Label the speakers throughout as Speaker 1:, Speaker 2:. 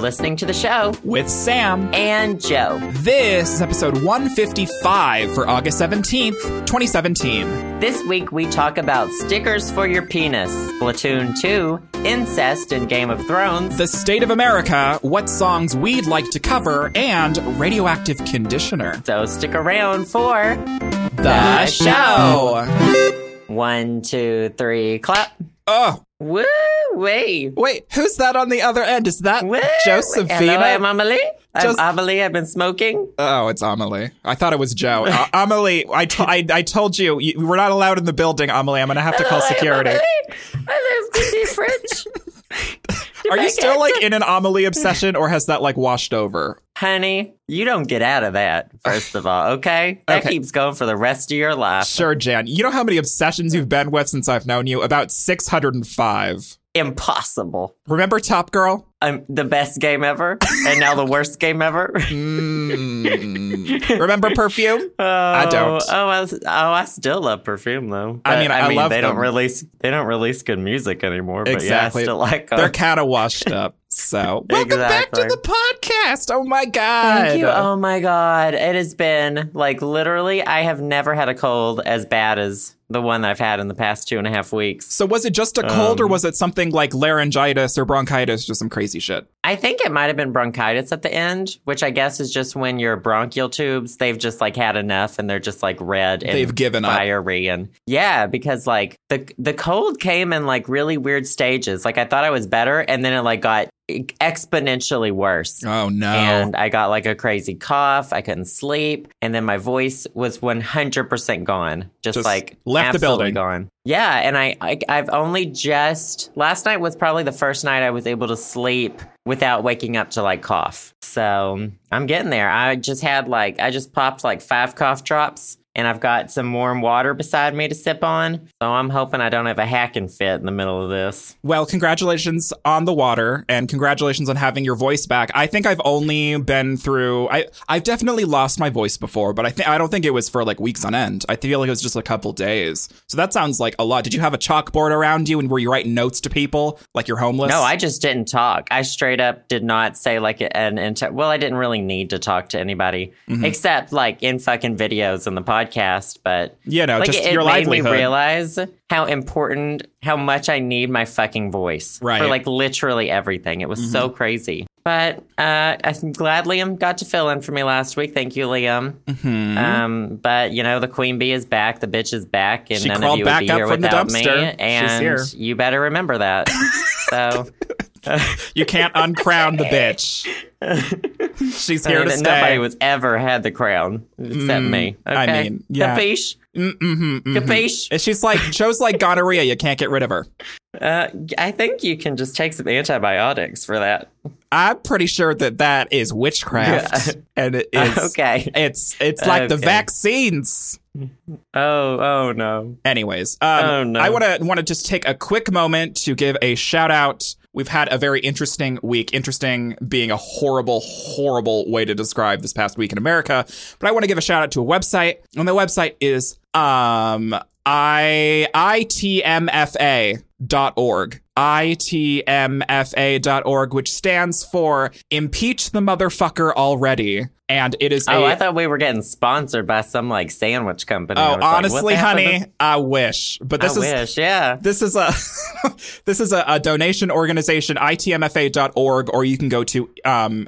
Speaker 1: listening to the show
Speaker 2: with Sam.
Speaker 1: and Joe.
Speaker 2: This is episode 155 for August 17th, 2017.
Speaker 1: This week we talk about stickers for your penis, Splatoon 2, incest in Game of Thrones,
Speaker 2: The State of America, what songs we'd like to cover, and radioactive conditioner.
Speaker 1: so stick around for
Speaker 2: The show!
Speaker 1: one, two, three, clap.
Speaker 2: Oh,
Speaker 1: Woo wee.
Speaker 2: wait, who's that on the other end? Is that
Speaker 1: Woo. Hello, I'm
Speaker 2: Josephina?
Speaker 1: Amelie. I'm
Speaker 2: Jos-
Speaker 1: Amelie. I've been smoking.
Speaker 2: Oh, it's Amelie. I thought it was Joe. Uh, Amelie, I, t- I, I told you, you, we're not allowed in the building, Amelie. I'm going to have to call
Speaker 1: Hello, I'm
Speaker 2: security.
Speaker 1: Amelie. I live in the French.
Speaker 2: Are you
Speaker 1: Back
Speaker 2: still
Speaker 1: at
Speaker 2: like in an Amelie obsession or has that like washed over?
Speaker 1: Honey, you don't get out of that, first of all, okay? That
Speaker 2: Okay.
Speaker 1: keeps going for the rest of your life.
Speaker 2: Sure, Jan. You know how many obsessions you've been with since I've known you? About 605.
Speaker 1: Impossible.
Speaker 2: Remember Top Girl?
Speaker 1: I'm um, the best game ever, and now the worst game ever.
Speaker 2: Mm. Remember Perfume?
Speaker 1: Oh,
Speaker 2: don't.
Speaker 1: Oh, I, s- oh, I still love perfume though.
Speaker 2: I
Speaker 1: But,
Speaker 2: mean, I love
Speaker 1: they
Speaker 2: them.
Speaker 1: don't release they don't release good music anymore. But
Speaker 2: Exactly.
Speaker 1: yeah, I still like
Speaker 2: They're
Speaker 1: them.
Speaker 2: kind of washed up. So, welcome back to
Speaker 1: Exactly.
Speaker 2: the podcast. Oh my God.
Speaker 1: Thank you. Oh my god, it has been like literally. I have never had a cold as bad as the one that I've had in the past two and a half weeks.
Speaker 2: So, was it just a cold
Speaker 1: um,
Speaker 2: or was it something like laryngitis or bronchitis? Just some crazy shit.
Speaker 1: I think it might have been bronchitis at the end, which I guess is just when your bronchial tubes they've just like had enough and they're just like red and
Speaker 2: They've given up.
Speaker 1: fiery and yeah, because like the the cold came in like really weird stages. Like I thought I was better, and then it like got e-, exponentially worse.
Speaker 2: Oh no.
Speaker 1: And I got like a crazy cough. I couldn't sleep, and then my voice was one hundred percent gone, just,
Speaker 2: Just
Speaker 1: like
Speaker 2: left the
Speaker 1: absolutely
Speaker 2: building.
Speaker 1: gone. Yeah, and I, I I've only just last night was probably the first night I was able to sleep without waking up to like cough. So I'm getting there. I just had like I just popped like five cough drops. And I've got some warm water beside me to sip on. So I'm hoping I don't have a hacking fit in the middle of this.
Speaker 2: Well, congratulations on the water and congratulations on having your voice back. I think I've only been through I I've definitely lost my voice before, but I think I don't think it was for like weeks on end. I feel like it was just a couple days. So that sounds like a lot. Did you have a chalkboard around you and were you writing notes to people like you're homeless?
Speaker 1: No, I just didn't talk. I straight up did not say like an entire. Well, I didn't really need to talk to anybody
Speaker 2: Mm-hmm.
Speaker 1: except like in fucking videos and the podcast. But
Speaker 2: you know,
Speaker 1: like
Speaker 2: just
Speaker 1: it, it
Speaker 2: your
Speaker 1: made
Speaker 2: livelihood.
Speaker 1: me realize how important, how much I need my fucking voice
Speaker 2: Right. Mm-hmm.
Speaker 1: for like literally everything. It was so crazy. But uh, I'm glad Liam got to fill in for me last week. Thank you, Liam.
Speaker 2: Hmm.
Speaker 1: Um, but you know, the queen bee is back. The bitch is back, and
Speaker 2: She
Speaker 1: none
Speaker 2: crawled
Speaker 1: of you
Speaker 2: back
Speaker 1: would be
Speaker 2: up
Speaker 1: here
Speaker 2: from the
Speaker 1: without
Speaker 2: dumpster.
Speaker 1: me.
Speaker 2: She's
Speaker 1: And
Speaker 2: here.
Speaker 1: you better remember that. so
Speaker 2: You can't uncrown the bitch. She's
Speaker 1: I
Speaker 2: here
Speaker 1: mean,
Speaker 2: to
Speaker 1: that
Speaker 2: stay. Mm,
Speaker 1: nobody was ever had the crown except me. Okay?
Speaker 2: I mean, yeah.
Speaker 1: Capiche?
Speaker 2: Mm-mm-mm.
Speaker 1: Capiche?
Speaker 2: Mm-hmm, And She's like Joe's like gonorrhea. You can't get rid of her.
Speaker 1: Uh, I think you can just take some antibiotics for that.
Speaker 2: I'm pretty sure that that is witchcraft, and it is
Speaker 1: okay.
Speaker 2: It's it's like the
Speaker 1: Okay.
Speaker 2: vaccines.
Speaker 1: Oh, oh no.
Speaker 2: Anyways, um,
Speaker 1: Oh, no.
Speaker 2: I want to want to just take a quick moment to give a shout out. We've had a very interesting week. Interesting being a horrible, horrible way to describe this past week in America. But I want to give a shout out to a website, and the website is um i itmfa dot org itmfa dot org, which stands for impeach the motherfucker already, and it is
Speaker 1: Oh,
Speaker 2: a
Speaker 1: I thought we were getting sponsored by some like sandwich company. I
Speaker 2: Oh,
Speaker 1: was like, what the
Speaker 2: honestly,
Speaker 1: hell
Speaker 2: honey,
Speaker 1: is-
Speaker 2: I wish. But this
Speaker 1: I
Speaker 2: is
Speaker 1: wish, yeah.
Speaker 2: this is a this is a, a donation organization itmfa.org or you can go to um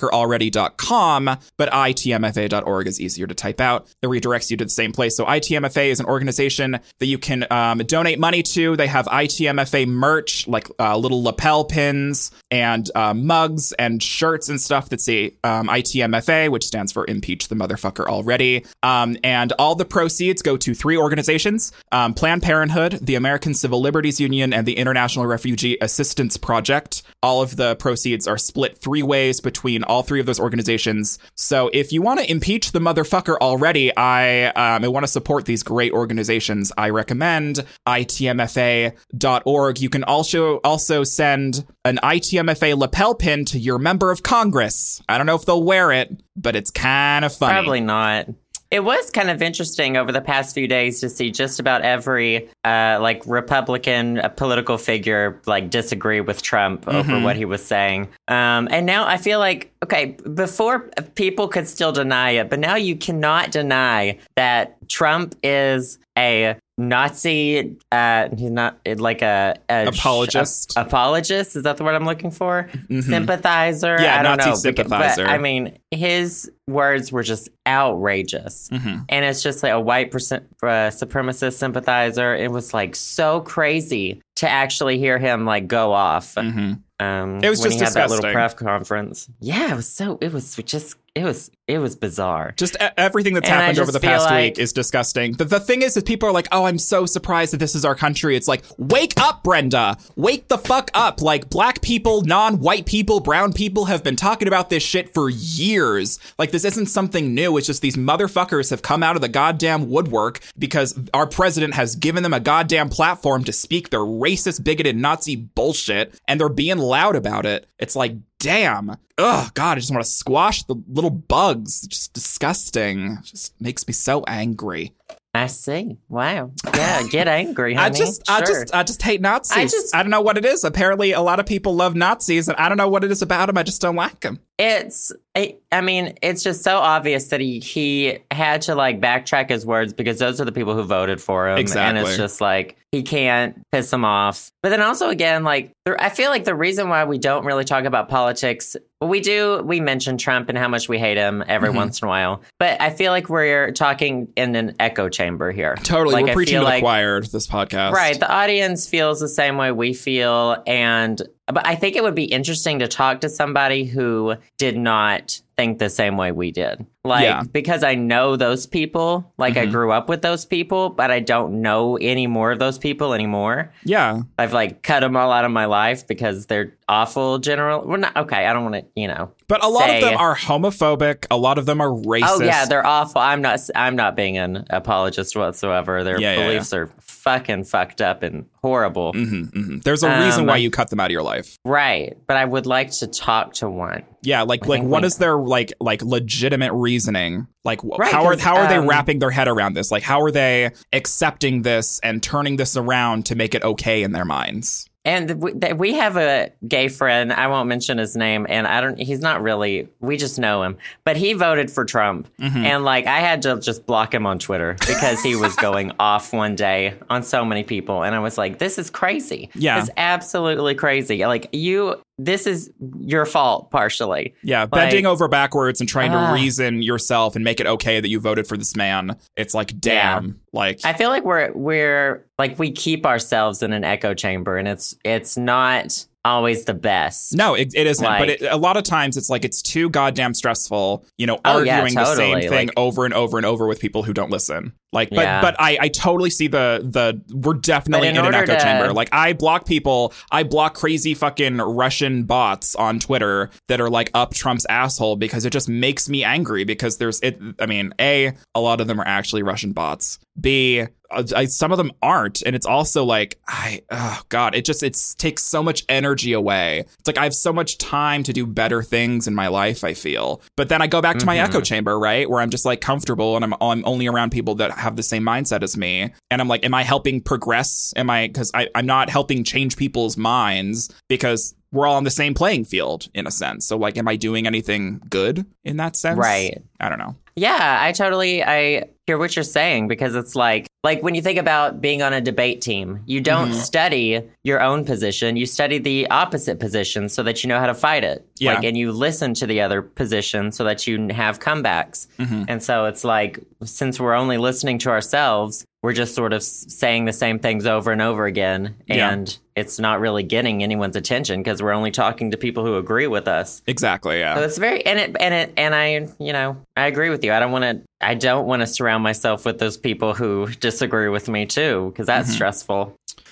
Speaker 2: impeachthemotherfuckeralready.com but itmfa.org is easier to type out it redirects you to the same place so itmfa is an organization that you can um, donate money to they have itmfa merch like uh, little lapel pins and uh, mugs and shirts and stuff that say um, itmfa which stands for impeach the motherfucker already um, and all the proceeds go to three organizations um, Planned Parenthood, the American Civil Liberties Union, and the International Refugee Assistance Project. All of the proceeds are split three ways between all three of those organizations. So if you want to impeach the motherfucker already, I um, want to support these great organizations. I recommend itmfa.org. You can also also send an ITMFA lapel pin to your member of Congress. I don't know if they'll wear it, but it's kind of funny.
Speaker 1: Probably not. It was kind of interesting over the past few days to see just about every uh, like Republican uh, political figure like disagree with Trump over
Speaker 2: Mhm.
Speaker 1: what he was saying. Um, and now I feel like okay, before uh, people could still deny it, but now you cannot deny that Trump is a Nazi. Uh, he's not like a, a
Speaker 2: Apologist. Mm-hmm.
Speaker 1: apologist is that the word i'm looking for sympathizer
Speaker 2: Yeah,
Speaker 1: i don't
Speaker 2: Nazi
Speaker 1: know beca-
Speaker 2: sympathizer.
Speaker 1: but, i mean his words were just outrageous
Speaker 2: Mhm.
Speaker 1: and it's just like a white percent, uh, supremacist sympathizer it was like so crazy to actually hear him like go off
Speaker 2: Mhm.
Speaker 1: um
Speaker 2: It was
Speaker 1: when
Speaker 2: just
Speaker 1: he had that little
Speaker 2: disgusting.
Speaker 1: press conference yeah it was so it was just it was it was bizarre
Speaker 2: Just e- everything that's
Speaker 1: And I
Speaker 2: happened over
Speaker 1: just
Speaker 2: the
Speaker 1: feel
Speaker 2: past
Speaker 1: like-
Speaker 2: week is disgusting. The, the thing is, is people are like, "Oh, I'm so surprised that this is our country." It's like, wake up, Brenda, wake the fuck up! Like, black people, non-white people, brown people have been talking about this shit for years. Like, this isn't something new. It's just these motherfuckers have come out of the goddamn woodwork because our president has given them a goddamn platform to speak their racist, bigoted Nazi bullshit, and they're being loud about it. It's like, damn. Ugh, God, I just want to squash the little bugs. It's just disgusting. It just makes me so angry.
Speaker 1: i see wow yeah get angry honey.
Speaker 2: I just, I
Speaker 1: Sure.
Speaker 2: just, I just hate Nazis.
Speaker 1: I
Speaker 2: I,
Speaker 1: just-
Speaker 2: don't know what it is. Apparently, a lot of people love Nazis, and I don't know what it is about them. I just don't like them.
Speaker 1: it's I, I mean it's just so obvious that he he had to like backtrack his words because those are the people who voted for him and
Speaker 2: Exactly.
Speaker 1: it's just like he can't piss them off but then also again like there, i feel like the reason why we don't really talk about politics we do we mention trump and how much we hate him every
Speaker 2: Mhm.
Speaker 1: once in a while but i feel like we're talking in an echo chamber here
Speaker 2: Totally,
Speaker 1: Like,
Speaker 2: we're
Speaker 1: I
Speaker 2: preaching
Speaker 1: feel
Speaker 2: to the
Speaker 1: like-
Speaker 2: choir. This podcast,
Speaker 1: Right. The audience feels the same way we feel. And, but I think it would be interesting to talk to somebody who did not think the same way we did. Like,
Speaker 2: Yeah.
Speaker 1: because I know those people, like I
Speaker 2: Mhm.
Speaker 1: grew up with those people, but I don't know any more of those people anymore.
Speaker 2: Yeah,
Speaker 1: I've like cut them all out of my life because they're awful general. We're not, okay. I don't want to, you know.
Speaker 2: but a lot
Speaker 1: Say-
Speaker 2: of them are homophobic. A lot of them are racist.
Speaker 1: Oh yeah, they're awful. I'm not. I'm not being an apologist whatsoever. Their
Speaker 2: Yeah, yeah,
Speaker 1: beliefs are fucking fucked up and horrible.
Speaker 2: hmm There's a reason
Speaker 1: Um,
Speaker 2: why you cut them out of your life.
Speaker 1: Right, but I would like to talk to one.
Speaker 2: Yeah, like like
Speaker 1: think
Speaker 2: what
Speaker 1: we-
Speaker 2: is their like like legitimate reasoning? Like wh-
Speaker 1: Right,
Speaker 2: how are
Speaker 1: 'cause,
Speaker 2: how are they
Speaker 1: um,
Speaker 2: wrapping their head around this? Like how are they accepting this and turning this around to make it okay in their minds?
Speaker 1: And we, th- we have a gay friend. I won't mention his name, and I don't. He's not really. We just know him, but he voted for Trump,
Speaker 2: Mm-hmm.
Speaker 1: and like I had to just block him on Twitter because he was going off one day on so many people, and I was like, "This is crazy.
Speaker 2: Yeah.
Speaker 1: it's absolutely crazy. Like you, this is your fault partially.
Speaker 2: Yeah,
Speaker 1: Like-
Speaker 2: bending over backwards and trying
Speaker 1: Ah.
Speaker 2: to reason yourself and make it okay that you voted for this man. It's like damn, like
Speaker 1: I feel like we're we're like we keep ourselves in an echo chamber, and it's it's not always the best.
Speaker 2: No, it, it isn't.
Speaker 1: Like-
Speaker 2: but it, a lot of times it's like it's too goddamn stressful, you know,
Speaker 1: Oh, yeah,
Speaker 2: arguing the same
Speaker 1: totally,
Speaker 2: thing
Speaker 1: like-
Speaker 2: over and over and over with people who don't listen. Like, but
Speaker 1: Yeah.
Speaker 2: but I, I totally see the the we're definitely
Speaker 1: in
Speaker 2: in, an
Speaker 1: order
Speaker 2: echo
Speaker 1: to-
Speaker 2: chamber. Like I block people, I block crazy fucking Russian bots on Twitter that are like up Trump's asshole because it just makes me angry because there's it. I mean, a a lot of them are actually Russian bots. B uh, I, some of them aren't and it's also like i oh god it just it's takes so much energy away it's like i have so much time to do better things in my life i feel but then i go back to my
Speaker 1: Mhm.
Speaker 2: echo chamber right where i'm just like comfortable and i'm, I'm only around people that have the same mindset as me and i'm like am i helping progress am i because i'm not helping change people's minds because we're all on the same playing field in a sense so like am i doing anything good in that sense
Speaker 1: Right.
Speaker 2: i don't know
Speaker 1: Yeah, I totally I hear what you're saying because it's like like when you think about being on a debate team, you don't
Speaker 2: Mhm.
Speaker 1: study your own position, you study the opposite position so that you know how to fight it.
Speaker 2: Yeah.
Speaker 1: Like and you listen to the other position so that you have comebacks.
Speaker 2: Mhm.
Speaker 1: And so it's like since we're only listening to ourselves, we're just sort of s- saying the same things over and over again
Speaker 2: Yeah.
Speaker 1: and it's not really getting anyone's attention because we're only talking to people who agree with us.
Speaker 2: exactly yeah
Speaker 1: So it's very and it and it and I you know I agree with you. I don't want to I don't want to surround myself with those people who disagree with me too because that's stressful.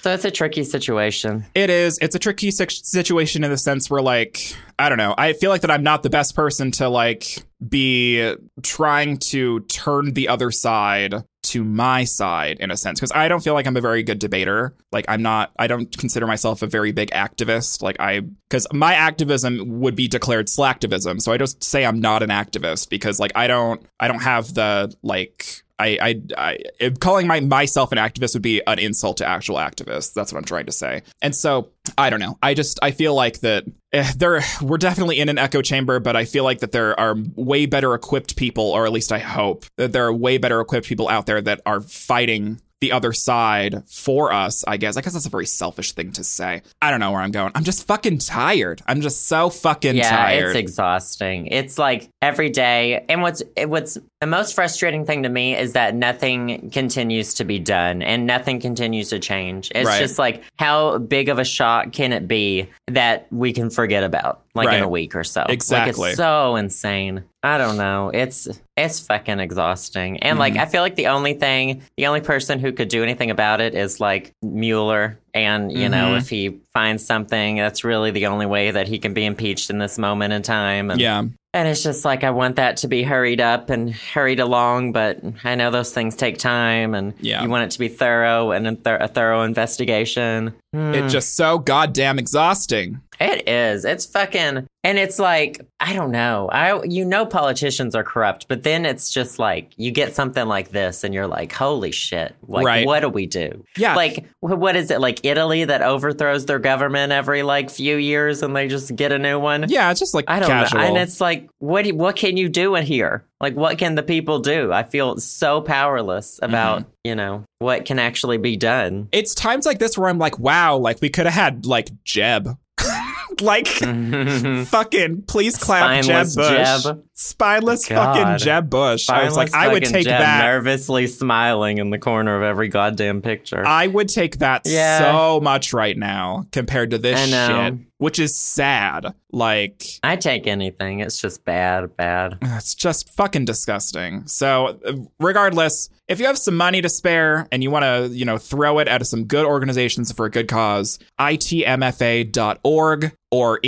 Speaker 1: So it's a tricky situation.
Speaker 2: It is. It's a tricky si- situation in the sense where, like, I don't know. I feel like that I'm not the best person to like be trying to turn the other side to my side in a sense because I don't feel like I'm a very good debater. Like I'm not I don't consider myself a very big activist. Like I cuz my activism would be declared slacktivism. So I just say I'm not an activist because like I don't I don't have the like I, I, I if calling my myself an activist would be an insult to actual activists. That's what I'm trying to say. And so I don't know. I just I feel like that eh, there we're definitely in an echo chamber, but I feel like that there are way better equipped people, or at least I hope that there are way better equipped people out there that are fighting the other side for us, I guess. I guess that's a very selfish thing to say. I don't know where I'm going. I'm just fucking tired. I'm just so fucking
Speaker 1: yeah,
Speaker 2: tired.
Speaker 1: it's exhausting. It's like every day, and what's what's the most frustrating thing to me is that nothing continues to be done and nothing continues to change. It's
Speaker 2: Right.
Speaker 1: just like how big of a shock can it be that we can forget about like in
Speaker 2: Right.
Speaker 1: a week or so? Like,
Speaker 2: Exactly.
Speaker 1: it's so insane. I don't know. It's it's fucking exhausting. And like
Speaker 2: Mm-hmm.
Speaker 1: I feel like the only thing, the only person who could do anything about it is like Mueller and you know,
Speaker 2: Mhm.
Speaker 1: if he finds something, that's really the only way that he can be impeached in this moment in time. And,
Speaker 2: yeah.
Speaker 1: and it's just like I want that to be hurried up and hurried along, but I know those things take time and
Speaker 2: Yeah.
Speaker 1: you want it to be thorough and a, thor- a thorough investigation. Hmm.
Speaker 2: It's just so goddamn exhausting.
Speaker 1: It is. It's fucking and it's like I don't know. I you know politicians are corrupt, but then it's just like you get something like this and you're like, "Holy shit. Like
Speaker 2: Right.
Speaker 1: what do we do?"
Speaker 2: Yeah.
Speaker 1: Like wh- what is it like Italy that overthrows their government every like few years and they just get a new one?
Speaker 2: Yeah, it's just like
Speaker 1: I don't
Speaker 2: casual.
Speaker 1: know. And it's like what do, what can you do in here? Like what can the people do? I feel so powerless
Speaker 2: Mm-hmm.
Speaker 1: about, you know, what can actually be done.
Speaker 2: it's times like this where I'm like, wow, like we could have had like Jeb. like fucking please clap
Speaker 1: Mm-hmm. Spineless
Speaker 2: Jeb Bush.
Speaker 1: Jeb.
Speaker 2: Spineless
Speaker 1: God.
Speaker 2: fucking Jeb Bush. I was like,
Speaker 1: Spineless
Speaker 2: I would
Speaker 1: fucking
Speaker 2: take
Speaker 1: Jeb
Speaker 2: that.
Speaker 1: Nervously smiling in the corner of every goddamn picture.
Speaker 2: I would take that
Speaker 1: Yeah.
Speaker 2: so much right now compared to this
Speaker 1: I know.
Speaker 2: shit, which is sad. Like
Speaker 1: I take anything. It's just bad, bad.
Speaker 2: It's just fucking disgusting. So, uh, regardless, if you have some money to spare and you want to, you know, throw it at some good organizations for a good cause, itmfa.org or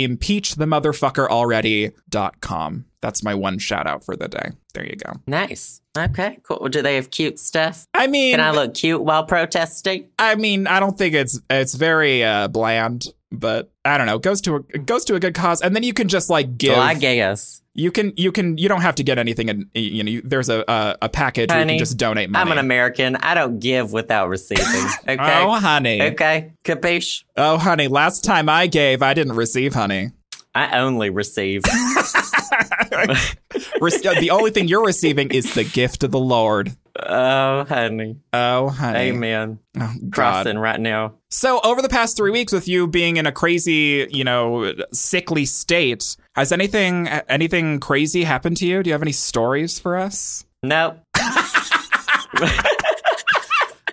Speaker 2: impeachthemotherfuckeralready.com. That's my one shout out for the day. There you go.
Speaker 1: Nice. Okay, cool. Do they have cute stuff?
Speaker 2: I mean,
Speaker 1: Can I
Speaker 2: I,
Speaker 1: look cute while protesting?
Speaker 2: mean, I don't think it's it's very uh, bland, but I don't know. It goes to a, it goes to a good cause, and then you can just like give.
Speaker 1: Well, I guess.
Speaker 2: you can you can you don't have to get anything. In, you know, you, there's a, a a package where you
Speaker 1: Honey,
Speaker 2: can just donate money.
Speaker 1: I'm an American. I don't give without receiving. Okay.
Speaker 2: Oh, honey.
Speaker 1: okay. Capiche?
Speaker 2: Oh, honey. Last time I gave, I didn't receive honey.
Speaker 1: I only receive.
Speaker 2: Rece- uh, the only thing you're receiving is the gift of the Lord.
Speaker 1: oh, honey.
Speaker 2: Oh, honey.
Speaker 1: Amen.
Speaker 2: Oh, God.
Speaker 1: Crossing right now.
Speaker 2: So, over the past three weeks, with you being in a crazy, you know, sickly state, has anything anything crazy happened to you? Do you have any stories for us?
Speaker 1: Nope.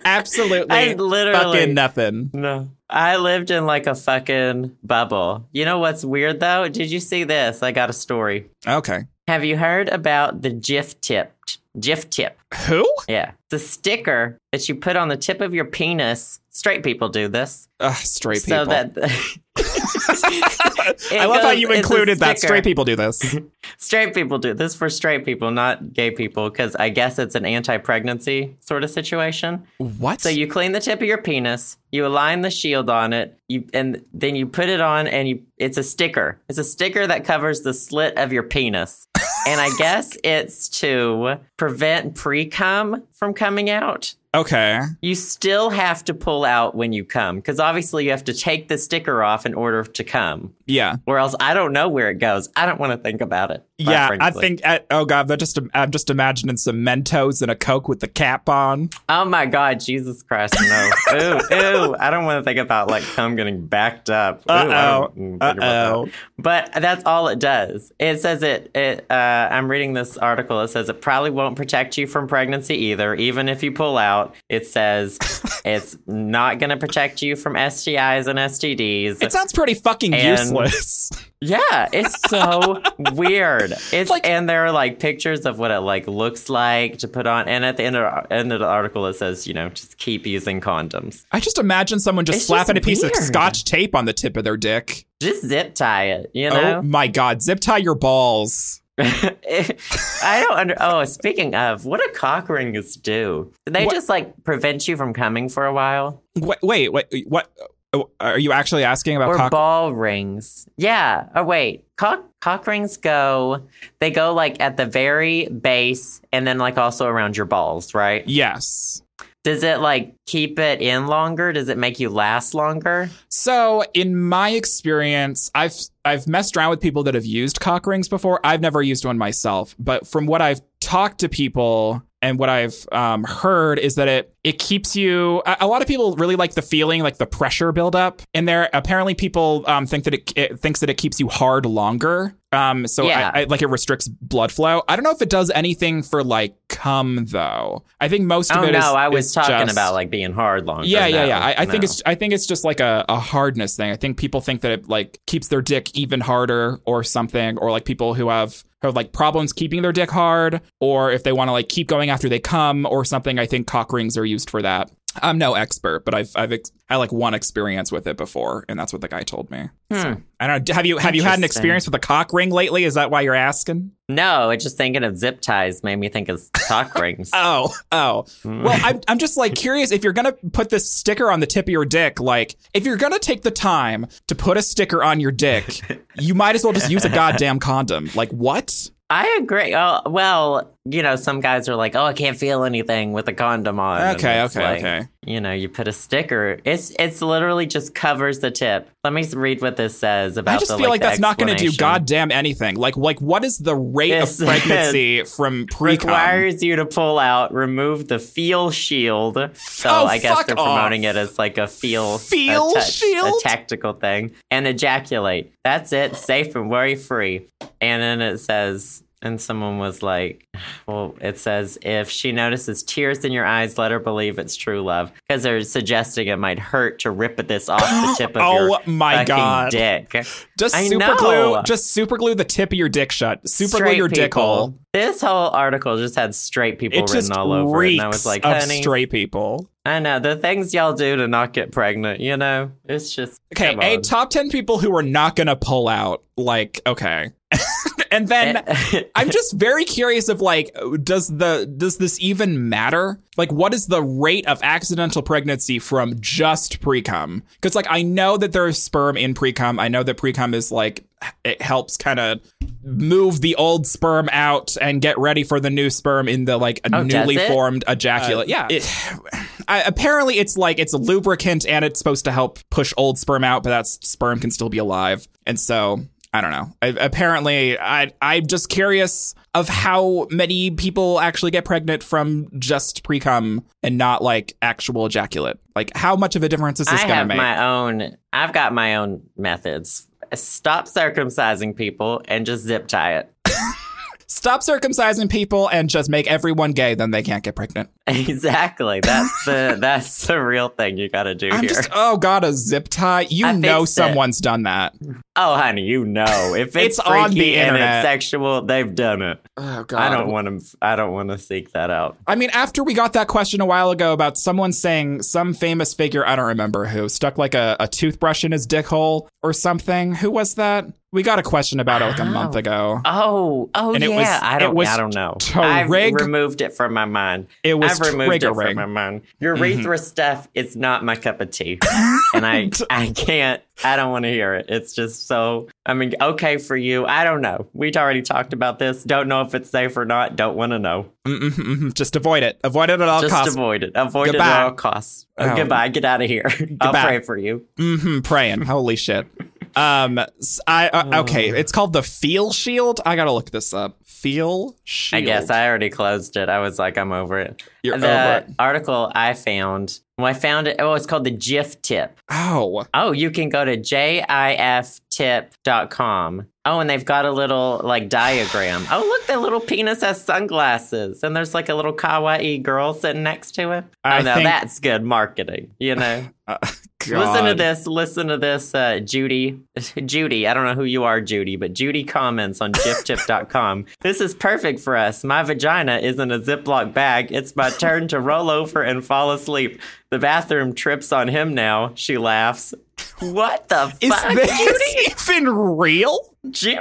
Speaker 2: Absolutely.
Speaker 1: I literally.
Speaker 2: Fucking nothing.
Speaker 1: No. I lived in like a fucking bubble. You know what's weird though? Did you see this? I got a story.
Speaker 2: Okay.
Speaker 1: Have you heard about the GIF tipped? GIF tip.
Speaker 2: Who?
Speaker 1: Yeah. The sticker that you put on the tip of your penis. Straight people do this.
Speaker 2: Ugh, straight
Speaker 1: So
Speaker 2: people.
Speaker 1: that
Speaker 2: I love how
Speaker 1: goes-
Speaker 2: you
Speaker 1: it's a
Speaker 2: included that.
Speaker 1: sticker.
Speaker 2: Straight people do this.
Speaker 1: straight people do this for straight people, not gay people, because I guess it's an anti pregnancy sort of situation.
Speaker 2: what?
Speaker 1: So you clean the tip of your penis, you align the shield on it, you and then you put it on and you it's a sticker. It's a sticker that covers the slit of your penis. and I guess it's to prevent pre-cum from coming out.
Speaker 2: okay.
Speaker 1: You still have to pull out when you come cuz obviously you have to take the sticker off in order to come.
Speaker 2: Yeah.
Speaker 1: Or else I don't know where it goes. I don't want to think about it. quite
Speaker 2: Yeah, I
Speaker 1: frankly.
Speaker 2: think. I, oh god, they're just. I'm just imagining some Mentos and a Coke with the cap on.
Speaker 1: Oh my God, Jesus Christ, no. ooh, ooh. I don't want to think about like cum getting backed up. Ooh, I
Speaker 2: Uh
Speaker 1: don't
Speaker 2: oh.
Speaker 1: wanna
Speaker 2: Uh
Speaker 1: think about
Speaker 2: oh.
Speaker 1: that. But that's all it does. It says it, it uh, I'm reading this article. It says it probably won't protect you from pregnancy either, even if you pull out. It says it's not going to protect you from STIs and STDs.
Speaker 2: It sounds pretty fucking
Speaker 1: And-
Speaker 2: useless.
Speaker 1: Yeah, it's so weird. It's
Speaker 2: Like-
Speaker 1: and there are like pictures of what it like looks like to put on, and at the end of, end of the article it says, you know, just keep using condoms.
Speaker 2: I just imagine someone just
Speaker 1: It's
Speaker 2: slapping
Speaker 1: just
Speaker 2: a piece of
Speaker 1: weird.
Speaker 2: scotch tape on the tip of their dick.
Speaker 1: Just zip tie it, you
Speaker 2: Oh
Speaker 1: know.
Speaker 2: my god, zip tie your balls.
Speaker 1: I don't under. Oh, speaking of, what do cock rings do? Do they
Speaker 2: What-
Speaker 1: just like prevent you from coming for a while?
Speaker 2: Wait, wait, what? what oh, are you actually asking about
Speaker 1: or
Speaker 2: cock?
Speaker 1: ball rings? Yeah. Oh wait, cock cock rings go. They go like at the very base, and then like also around your balls, right?
Speaker 2: yes.
Speaker 1: Does it like keep it in longer? Does it make you last longer?
Speaker 2: So, in my experience, I've I've messed around with people that have used cock rings before. I've never used one myself, but from what I've talked to people and what I've um, heard is that it it keeps you. A, a lot of people really like the feeling, like the pressure buildup, and there apparently people um, think that it, it thinks that it keeps you hard longer. Um, so
Speaker 1: Yeah.
Speaker 2: I, I, like it restricts blood flow. I don't know if it does anything for like cum though. I think most
Speaker 1: Oh
Speaker 2: of it
Speaker 1: no,
Speaker 2: is-
Speaker 1: I was
Speaker 2: is
Speaker 1: talking
Speaker 2: just-
Speaker 1: about like being hard longer.
Speaker 2: yeah, yeah,
Speaker 1: No,
Speaker 2: yeah. I, I think
Speaker 1: no.
Speaker 2: it's I think it's just like a, a hardness thing. I think people think that it like keeps their dick even harder or something, or like people who have who have like problems keeping their dick hard, or if they want to like keep going after they come or something. I think cock rings are used for that. I'm no expert, but I've I've ex- I had, like one experience with it before, and that's what the guy told me.
Speaker 1: Hmm.
Speaker 2: I don't know. Have you have you had an
Speaker 1: Interesting.
Speaker 2: experience with a cock ring lately? Is that why you're asking?
Speaker 1: No, it's just thinking of zip ties made me think of cock rings.
Speaker 2: Oh, oh.
Speaker 1: Mm.
Speaker 2: Well, I'm, I'm just like curious if you're going to put this sticker on the tip of your dick, like if you're going to take the time to put a sticker on your dick, you might as well just use a goddamn condom. Like, what?
Speaker 1: I agree. Oh, well, you know, some guys are like, "Oh, I can't feel anything with a condom on." And
Speaker 2: Okay,
Speaker 1: it's
Speaker 2: okay,
Speaker 1: like,
Speaker 2: okay.
Speaker 1: You know, you put a sticker. It's it's literally just covers the tip. Let me s- read what this says about.
Speaker 2: I just
Speaker 1: the,
Speaker 2: feel like
Speaker 1: the
Speaker 2: that's not going to do
Speaker 1: explanation.
Speaker 2: goddamn anything. Like, like what is the rate
Speaker 1: This
Speaker 2: of pregnancy from pre cum?
Speaker 1: Requires you to pull out, remove the feel shield. So
Speaker 2: Oh,
Speaker 1: I guess
Speaker 2: fuck
Speaker 1: they're
Speaker 2: off.
Speaker 1: promoting it as like a feel a
Speaker 2: Feel
Speaker 1: touch-
Speaker 2: shield?
Speaker 1: a tactical thing, and ejaculate. That's it, safe and worry free. And then it says, and someone was like, well, it says if she notices tears in your eyes, let her believe it's true love, because they're suggesting it might hurt to rip this off the tip of
Speaker 2: Oh
Speaker 1: your
Speaker 2: my
Speaker 1: fucking
Speaker 2: god.
Speaker 1: dick.
Speaker 2: Just
Speaker 1: I
Speaker 2: super
Speaker 1: know.
Speaker 2: glue just super glue the tip of your dick shut. Super glue
Speaker 1: Straight
Speaker 2: your dick
Speaker 1: people.
Speaker 2: hole.
Speaker 1: This whole article just had straight people
Speaker 2: It
Speaker 1: written
Speaker 2: just
Speaker 1: all over it.
Speaker 2: reeks
Speaker 1: And I was like,
Speaker 2: of
Speaker 1: honey,
Speaker 2: straight people.
Speaker 1: I know the things y'all do to not get pregnant, you know? It's just
Speaker 2: Okay,
Speaker 1: come
Speaker 2: a
Speaker 1: on.
Speaker 2: top 10 people who are not going to pull out. Like, okay. and
Speaker 1: Eh.
Speaker 2: then I'm just very curious of like does the does this even matter? Like what is the rate of accidental pregnancy from just precum? Cuz like I know that there is sperm in precum. I know that precum is like it helps kind of move the old sperm out and get ready for the new sperm in the like
Speaker 1: Oh, does
Speaker 2: newly
Speaker 1: it?
Speaker 2: formed ejaculate. yeah. It- I, apparently it's like it's a lubricant and it's supposed to help push old sperm out, but that s- sperm can still be alive. And so I don't know. I, apparently, I I'm just curious of how many people actually get pregnant from just precum and not like actual ejaculate. Like how much of a difference is
Speaker 1: I
Speaker 2: this going to
Speaker 1: have
Speaker 2: make?
Speaker 1: my own I've got my own methods. Stop circumcising people and just zip tie it.
Speaker 2: Stop circumcising people and just make everyone gay, then they can't get pregnant.
Speaker 1: Exactly. That's the that's the real thing you gotta do
Speaker 2: I'm
Speaker 1: here.
Speaker 2: just oh god, a zip tie. You
Speaker 1: I
Speaker 2: know
Speaker 1: fixed it.
Speaker 2: someone's done that.
Speaker 1: Oh honey, you know. If it's,
Speaker 2: It's on the
Speaker 1: freaky and it's
Speaker 2: internet.
Speaker 1: sexual, they've done it.
Speaker 2: Oh god,
Speaker 1: I don't want to I don't want to seek that out.
Speaker 2: I mean, after we got that question a while ago about someone saying some famous figure, I don't remember who, stuck like a, a toothbrush in his dick hole or something. Who was that? We got a question about it like a month
Speaker 1: Oh.
Speaker 2: ago.
Speaker 1: Oh, oh
Speaker 2: And
Speaker 1: yeah.
Speaker 2: it was-
Speaker 1: I
Speaker 2: it
Speaker 1: don't
Speaker 2: was
Speaker 1: I don't know.
Speaker 2: terrig-
Speaker 1: I've removed it from my mind.
Speaker 2: It was Mm-hmm.
Speaker 1: I've removed it
Speaker 2: triggering.
Speaker 1: from my mind. Urethra stuff is not my cup of tea, and I I can't. I don't want to hear it. It's just so. I mean, okay for you. I don't know. We'd already talked about this. Don't know if it's safe or not. Don't want to know.
Speaker 2: Mm-mm, mm-mm. Mm-hmm, Just avoid it. Avoid it at all
Speaker 1: just
Speaker 2: costs.
Speaker 1: avoid it. Avoid it
Speaker 2: Goodbye.
Speaker 1: at all costs.
Speaker 2: Oh.
Speaker 1: Goodbye. Get out of here. I'll
Speaker 2: Goodbye.
Speaker 1: pray for you.
Speaker 2: hmm praying. Holy shit. Um, s- I uh, okay. It's called the Feel Shield. I gotta look this up. Feel Shield.
Speaker 1: I guess I already closed it. I was like, I'm over it.
Speaker 2: You're
Speaker 1: the
Speaker 2: over it.
Speaker 1: article I found. Well, I found it. Oh, it's called the GIF tip.
Speaker 2: Ow.
Speaker 1: Oh, you can go to jiftip.com. Oh, and they've got a little like diagram. Oh, look, that little penis has sunglasses, and there's like a little kawaii girl sitting next to it. Oh,
Speaker 2: I
Speaker 1: no,
Speaker 2: think-
Speaker 1: that's good marketing. You know, listen to
Speaker 2: God.
Speaker 1: this. Listen to this, uh, Judy. Judy, I don't know who you are, Judy, but Judy comments on jiftip.com. this is perfect for us. My vagina is in a Ziploc bag. It's my turn to roll over and fall asleep. The bathroom trips on him now. She laughs. What the
Speaker 2: Is
Speaker 1: fuck,
Speaker 2: this
Speaker 1: Judy?
Speaker 2: even real?
Speaker 1: Judy?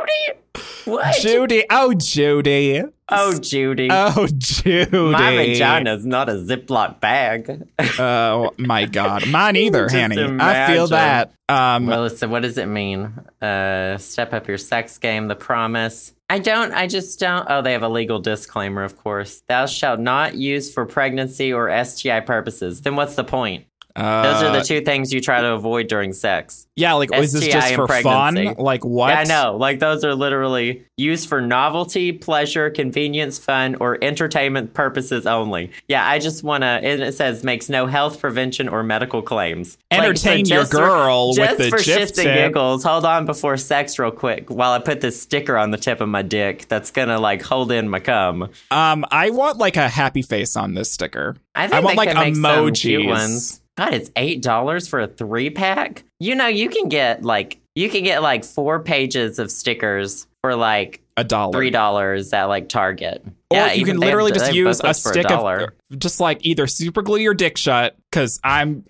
Speaker 1: What?
Speaker 2: Judy. Oh, Judy.
Speaker 1: oh, Judy.
Speaker 2: Oh, Judy.
Speaker 1: My vagina's not a Ziploc bag.
Speaker 2: Oh, my God. Mine either,
Speaker 1: Just
Speaker 2: Hanny. I feel
Speaker 1: imagine.
Speaker 2: that. Um,
Speaker 1: Well, so what does it mean? Uh, step up your sex game, the promise. I don't, I just don't. Oh, they have a legal disclaimer, of course. Thou shalt not use for pregnancy or STI purposes. Then what's the point? Those are
Speaker 2: uh,
Speaker 1: the two things you try to avoid during sex.
Speaker 2: Yeah, like, oh, is this
Speaker 1: STI
Speaker 2: just
Speaker 1: and
Speaker 2: for fun?
Speaker 1: pregnancy.
Speaker 2: Like, what?
Speaker 1: Yeah, I know. Like, those are literally used for novelty, pleasure, convenience, fun, or entertainment purposes only. Yeah, I just want to, and it says makes no health prevention or medical claims. Like, for
Speaker 2: Entertain your
Speaker 1: just for-
Speaker 2: girl with
Speaker 1: just
Speaker 2: the
Speaker 1: for
Speaker 2: GIF
Speaker 1: shits and
Speaker 2: tip.
Speaker 1: giggles, hold on before sex, real quick, while I put this sticker on the tip of my dick that's gonna like hold in my cum.
Speaker 2: Um, I want like a happy face on this sticker.
Speaker 1: I think
Speaker 2: I want,
Speaker 1: they
Speaker 2: like,
Speaker 1: could make some cute
Speaker 2: emojis.
Speaker 1: ones. God, it's eight dollars for a three pack. You know, you can get like you can get like four pages of stickers for like
Speaker 2: A dollar.
Speaker 1: three dollars at like Target.
Speaker 2: Or
Speaker 1: Yeah,
Speaker 2: you
Speaker 1: even
Speaker 2: can
Speaker 1: they have-
Speaker 2: literally just
Speaker 1: they both
Speaker 2: use a
Speaker 1: list for
Speaker 2: stick
Speaker 1: dollar.
Speaker 2: of just like either super glue your dick shut. Because I'm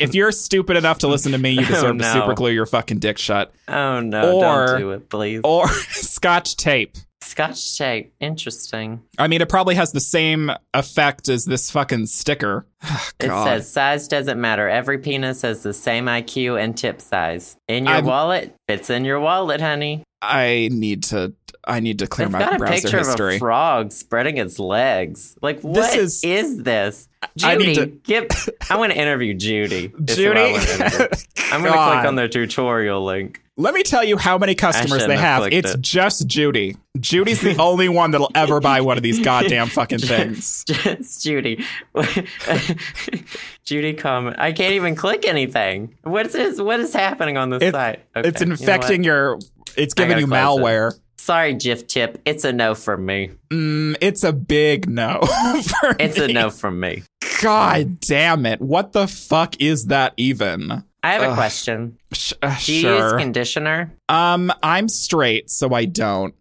Speaker 2: if you're stupid enough to listen to me, you deserve to
Speaker 1: Oh, no.
Speaker 2: super glue your fucking dick shut.
Speaker 1: Oh no!
Speaker 2: or-
Speaker 1: don't do it, please.
Speaker 2: Or scotch tape.
Speaker 1: Scotch tape. Interesting.
Speaker 2: I mean, it probably has the same effect as this fucking sticker.
Speaker 1: It
Speaker 2: God.
Speaker 1: says size doesn't matter. Every penis has the same IQ and tip size. In your
Speaker 2: I'm-
Speaker 1: wallet, it's in your wallet, honey.
Speaker 2: I need to. I need to clear
Speaker 1: It's
Speaker 2: my
Speaker 1: got a
Speaker 2: browser
Speaker 1: picture
Speaker 2: history.
Speaker 1: of a frog spreading its legs. Like what
Speaker 2: This
Speaker 1: is
Speaker 2: is-
Speaker 1: this?
Speaker 2: I need
Speaker 1: Judy, get. I want to interview Judy. is who I
Speaker 2: Judy?
Speaker 1: wanna interview. I'm going to
Speaker 2: God.
Speaker 1: click on their tutorial link.
Speaker 2: Let me tell you how many customers
Speaker 1: shouldn't
Speaker 2: they
Speaker 1: have
Speaker 2: have.
Speaker 1: clicked
Speaker 2: It's
Speaker 1: it.
Speaker 2: just Judy. Judy's the only one that'll ever buy one of these goddamn fucking things.
Speaker 1: Just Judy. Judy, comment. I can't even click anything. What's this? What is happening on this
Speaker 2: It-
Speaker 1: site? Okay,
Speaker 2: It's
Speaker 1: you know what?
Speaker 2: infecting your. It's
Speaker 1: I
Speaker 2: giving
Speaker 1: gotta
Speaker 2: you
Speaker 1: close it.
Speaker 2: malware.
Speaker 1: Sorry, GIF tip. It's a no from me.
Speaker 2: Mm, it's a big no. for
Speaker 1: It's a
Speaker 2: me.
Speaker 1: no from me.
Speaker 2: God damn it! What the fuck is that even?
Speaker 1: I have a
Speaker 2: Ugh.
Speaker 1: question.
Speaker 2: Sh- uh,
Speaker 1: Do you use
Speaker 2: sure.
Speaker 1: conditioner?
Speaker 2: um, I'm straight, so I don't.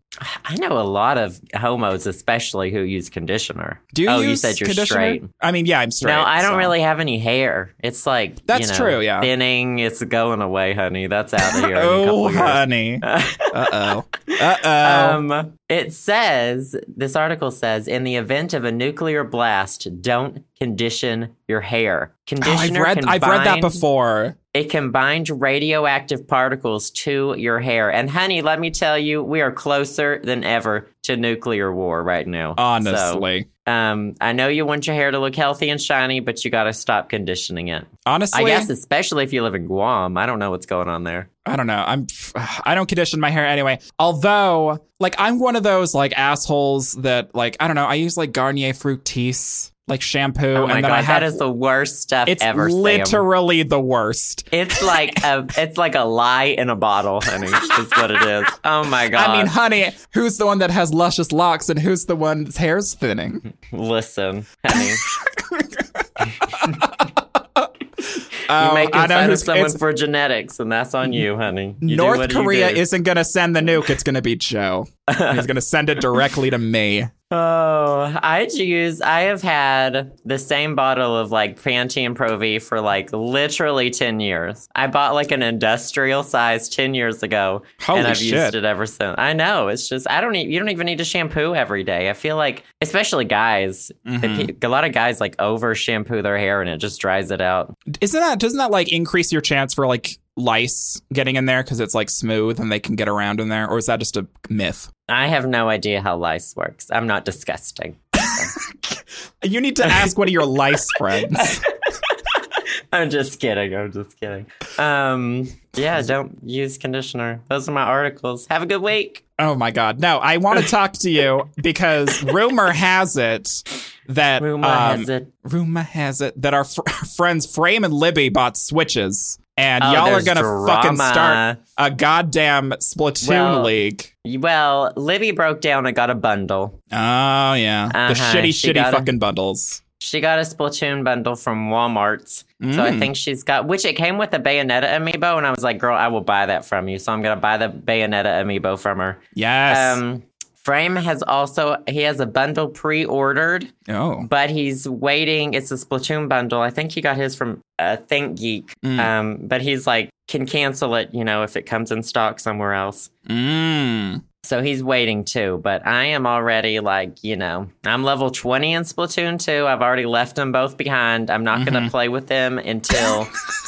Speaker 1: I know a lot of homos, especially who use conditioner.
Speaker 2: Do you
Speaker 1: oh,
Speaker 2: use
Speaker 1: you said you're
Speaker 2: conditioner?
Speaker 1: straight.
Speaker 2: I mean, yeah, I'm straight.
Speaker 1: No, I don't
Speaker 2: so.
Speaker 1: really have any hair. It's like you
Speaker 2: That's
Speaker 1: know,
Speaker 2: true, yeah.
Speaker 1: Thinning, it's going away, honey. That's out of Um, here. in a
Speaker 2: Oh,
Speaker 1: couple years.
Speaker 2: honey. Uh oh. Uh oh.
Speaker 1: Um, it says this article says in the event of a nuclear blast, don't condition your hair.
Speaker 2: Oh, I've
Speaker 1: Conditioner
Speaker 2: read.
Speaker 1: can
Speaker 2: I've read
Speaker 1: bind-
Speaker 2: that before.
Speaker 1: It can bind radioactive particles to your hair. And honey, let me tell you, we are closer than ever to nuclear war right now.
Speaker 2: Honestly.
Speaker 1: So, um, I know you want your hair to look healthy and shiny, but you got to stop conditioning it.
Speaker 2: Honestly,
Speaker 1: I
Speaker 2: I,
Speaker 1: guess, especially if you live in Guam. I don't know what's going on there.
Speaker 2: don't know. I'm I don't condition my hair anyway. Although, like I'm one of those like assholes that like I don't know, I use like Garnier Fructis like shampoo
Speaker 1: Oh my
Speaker 2: and then
Speaker 1: god,
Speaker 2: I have
Speaker 1: that is the worst stuff
Speaker 2: it's
Speaker 1: ever. Sam.
Speaker 2: literally the worst.
Speaker 1: It's like a it's like a lie in a bottle, honey. is what it is. Oh my god.
Speaker 2: I mean, honey, who's the one that has luscious locks and who's the one that's hair's thinning?
Speaker 1: listen, honey.
Speaker 2: Oh,
Speaker 1: You're making
Speaker 2: I know
Speaker 1: fun of
Speaker 2: who's-
Speaker 1: someone
Speaker 2: it's-
Speaker 1: for genetics, and that's on you, honey. You do
Speaker 2: North
Speaker 1: what you
Speaker 2: Korea
Speaker 1: do.
Speaker 2: isn't gonna send the nuke, it's gonna be Joe. He's gonna send it directly to me.
Speaker 1: Oh, I use. I have had the same bottle of like Pantene Pro V for like literally ten years. I bought like an industrial size ten years ago,
Speaker 2: Holy
Speaker 1: and I've
Speaker 2: shit.
Speaker 1: used it ever since. I know it's just I don't. e- You don't even need to shampoo every day. I feel like, especially guys, if
Speaker 2: Mhm.
Speaker 1: you- a lot of guys like over shampoo their hair, and it just dries it out.
Speaker 2: isn't that doesn't that like increase your chance for like lice getting in there because it's like smooth and they can get around in there or is that just a myth
Speaker 1: I have no idea how lice works. I'm not disgusting.
Speaker 2: you need to ask one of your lice friends
Speaker 1: I'm just kidding. I'm just kidding. Um, yeah, don't use conditioner. Those are my articles. Have a good week.
Speaker 2: oh my god no i want to talk to you because rumor has it that
Speaker 1: Rumor
Speaker 2: um,
Speaker 1: has it.
Speaker 2: rumor has it that our, fr- our friends frame and libby bought switches and
Speaker 1: Oh,
Speaker 2: y'all are
Speaker 1: there's
Speaker 2: gonna fucking start
Speaker 1: drama.
Speaker 2: a goddamn splatoon
Speaker 1: Well-
Speaker 2: league
Speaker 1: Well, Libby broke down and got a bundle.
Speaker 2: oh yeah
Speaker 1: Uh-huh,
Speaker 2: the shitty
Speaker 1: she
Speaker 2: shitty
Speaker 1: got a-
Speaker 2: fucking bundles
Speaker 1: She got a Splatoon bundle from Walmart's. So
Speaker 2: Mm.
Speaker 1: I think she's got, which it came with a Bayonetta amiibo. And I was like, girl, I will buy that from you. So I'm going to buy the Bayonetta amiibo from her.
Speaker 2: yes
Speaker 1: Um, Frame has also he has a bundle pre-ordered,
Speaker 2: Oh.
Speaker 1: but he's waiting. It's a Splatoon bundle. I think he got his from uh, Think Geek.
Speaker 2: Mm.
Speaker 1: Um, but he's like can cancel it, you know, if it comes in stock somewhere else.
Speaker 2: Mm.
Speaker 1: So he's waiting too. But I am already like, you know, I'm level 20 in Splatoon 2. I've already left them both behind. I'm not going
Speaker 2: Mhm.
Speaker 1: to play with them until,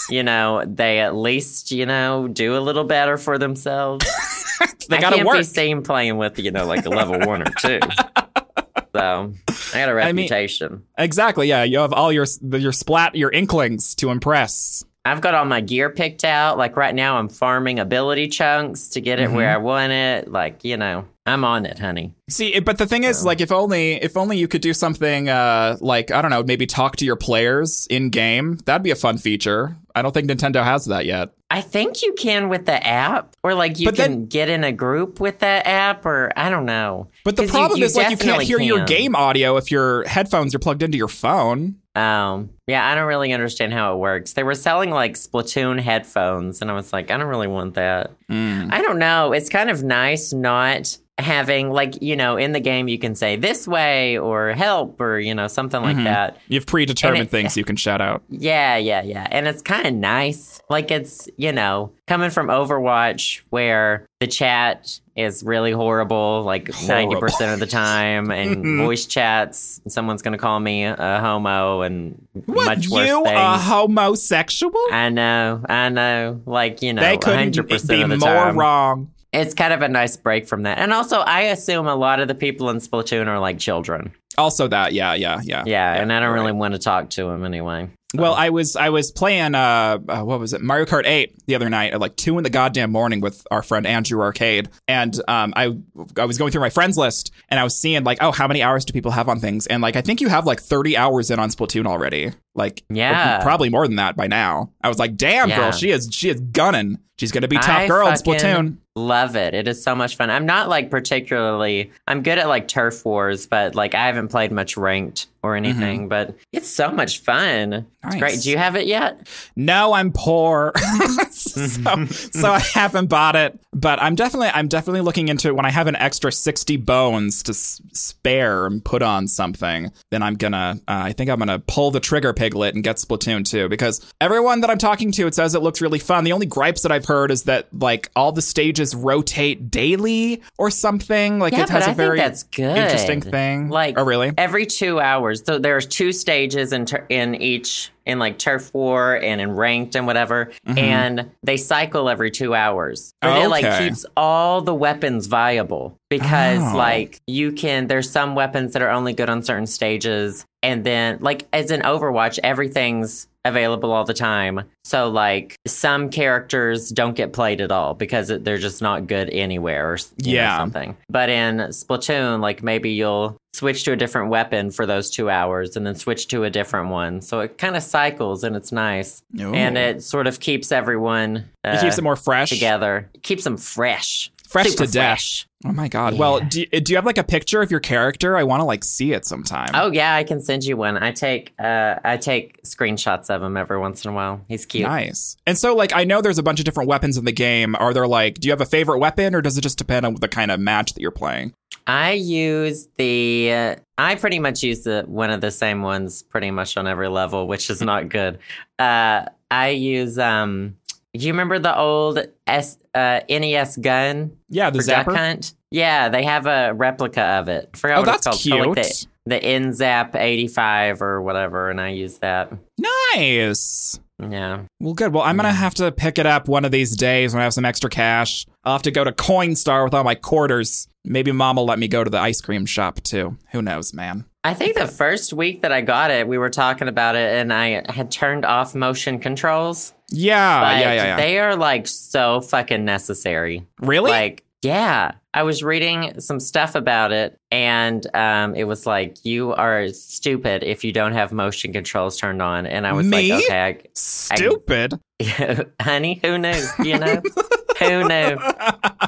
Speaker 1: you know, they at least, you know, do a little better for themselves.
Speaker 2: They
Speaker 1: I
Speaker 2: gotta
Speaker 1: can't be
Speaker 2: work.
Speaker 1: seen playing with, you know, like a level one or two. So I got a
Speaker 2: I mean-
Speaker 1: reputation.
Speaker 2: Exactly. Yeah, you have all your your splat your inklings to impress.
Speaker 1: I've got all my gear picked out. Like right now, I'm farming ability chunks to get it where I
Speaker 2: Mm-hmm.
Speaker 1: want it. Like, you know, I'm on it, honey.
Speaker 2: See, it- but the thing is,
Speaker 1: Yeah.
Speaker 2: like, if only if only you could do something uh, like I don't know, maybe talk to your players in game. That'd be a fun feature. I don't think Nintendo has that yet.
Speaker 1: I think you can with the app, or like you
Speaker 2: But
Speaker 1: can
Speaker 2: then-
Speaker 1: get in a group with that app, or I don't know.
Speaker 2: But the
Speaker 1: 'Cause you-
Speaker 2: problem
Speaker 1: you
Speaker 2: is, like, you can't
Speaker 1: definitely
Speaker 2: hear your
Speaker 1: can.
Speaker 2: game audio if your headphones are plugged into your phone.
Speaker 1: Um, yeah, I don't really understand how it works. They were selling like Splatoon headphones, and I was like, I don't really want that.
Speaker 2: Mm,
Speaker 1: I don't know. It's kind of nice not having like you know in the game you can say this way or help or you know something like
Speaker 2: Mhm.
Speaker 1: that.
Speaker 2: You have predetermined
Speaker 1: And it-
Speaker 2: things you can shout out.
Speaker 1: Yeah, yeah, yeah. And it's kind of nice. Like it's, you know, coming from Overwatch where the chat is really horrible like
Speaker 2: Horrible. Mm-hmm.
Speaker 1: 90% of the time and voice chats someone's going to call me a homo and
Speaker 2: What
Speaker 1: much
Speaker 2: you
Speaker 1: worse things.
Speaker 2: a homosexual?
Speaker 1: I know, I know. Like, you know,
Speaker 2: they couldn't
Speaker 1: 100%
Speaker 2: be
Speaker 1: of the
Speaker 2: more
Speaker 1: time.
Speaker 2: wrong.
Speaker 1: It's kind of a nice break from that. And also, I assume a lot of the people in Splatoon are like children.
Speaker 2: Also, that yeah, yeah, Oh, yeah.
Speaker 1: Yeah, and I don't
Speaker 2: right.
Speaker 1: really want to talk to them anyway.
Speaker 2: Well, I was I was playing uh, uh what was it Mario Kart Eight the other night at like two in the goddamn morning with our friend Andrew Arcade, and um I I was going through my friends list and I was seeing like oh how many hours do people have on things and like I think you have like thirty hours in on Splatoon already like or
Speaker 1: Yeah.
Speaker 2: probably more than that by now I was like damn
Speaker 1: Yeah.
Speaker 2: girl she is she is gunning she's gonna be top
Speaker 1: I
Speaker 2: girl in
Speaker 1: fucking
Speaker 2: Splatoon
Speaker 1: Love it. It is so much fun. I'm not like particularly I'm good at like turf wars, but like I haven't played much ranked or anything, but it's so much fun. It's great.
Speaker 2: Mm-hmm. Nice.
Speaker 1: Do you have it yet?
Speaker 2: no i'm poor so, so i haven't bought it but i'm definitely i'm definitely looking into it when i have an extra 60 bones to s- spare and put on something then i'm gonna uh, i think i'm gonna pull the trigger piglet and get splatoon 2 because everyone that i'm talking to it says it looks really fun the only gripes that i've heard is that like all the stages rotate daily or something like
Speaker 1: yeah,
Speaker 2: it has
Speaker 1: but
Speaker 2: a
Speaker 1: I
Speaker 2: very
Speaker 1: think that's good.
Speaker 2: interesting thing
Speaker 1: Like
Speaker 2: oh really
Speaker 1: Every two hours. So there's two stages in tur- in each in like turf war and in ranked and whatever,
Speaker 2: Mm-hmm.
Speaker 1: and they cycle every two hours. And it like
Speaker 2: Okay.
Speaker 1: keeps all the weapons viable because
Speaker 2: Oh.
Speaker 1: like you can. There's some weapons that are only good on certain stages, and then like as in Overwatch, everything's available all the time. So like some characters don't get played at all because it- they're just not good anywhere or s- you know,
Speaker 2: Yeah.
Speaker 1: something. But in Splatoon, like maybe you'll switch to a different weapon for those two hours and then switch to a different one. So it kind of cycles and it's nice.
Speaker 2: Ooh.
Speaker 1: And it sort of keeps everyone uh,
Speaker 2: it keeps it more fresh
Speaker 1: together, It keeps them fresh.
Speaker 2: Fresh
Speaker 1: Super
Speaker 2: to death.
Speaker 1: fresh.
Speaker 2: Oh my god.
Speaker 1: Yeah.
Speaker 2: Well, do, do you have like a picture of your character? I want to like see it sometime.
Speaker 1: Oh yeah, I can send you one. I take uh, I take screenshots of him every once in a while. He's cute.
Speaker 2: nice. And so like I know there's a bunch of different weapons in the game. Are there like do you have a favorite weapon or does it just depend on the kind of match that you're playing?
Speaker 1: I use the. Uh, I pretty much use the one of the same ones pretty much on every level, which is not good. Uh, I use. Um, do you remember the old S, uh, NES gun
Speaker 2: Yeah, the
Speaker 1: for Duck
Speaker 2: zapper.
Speaker 1: Hunt? Yeah, they have a replica of it. Forgot
Speaker 2: Oh,
Speaker 1: what
Speaker 2: that's
Speaker 1: it's called. It's called,
Speaker 2: cute.
Speaker 1: like the, the NZAP 85 or whatever, and I use that.
Speaker 2: Nice.
Speaker 1: Yeah.
Speaker 2: Well, good. Well, I'm gonna have to pick it up one of these days when I have some extra cash. I'll have to go to Coinstar with all my quarters. Maybe mom will let me go to the ice cream shop too. Who knows, man?
Speaker 1: I think the first week that I got it, we were talking about it, and I had turned off motion controls.
Speaker 2: Ah, Yeah,
Speaker 1: Like,
Speaker 2: yeah, yeah, yeah.
Speaker 1: They are like so fucking necessary.
Speaker 2: really?
Speaker 1: Like, yeah. I was reading some stuff about it, and um, it was like, you are stupid if you don't have motion controls turned on. And I was
Speaker 2: Me?
Speaker 1: like, okay,
Speaker 2: Stupid.
Speaker 1: I- honey, who knew? You know? who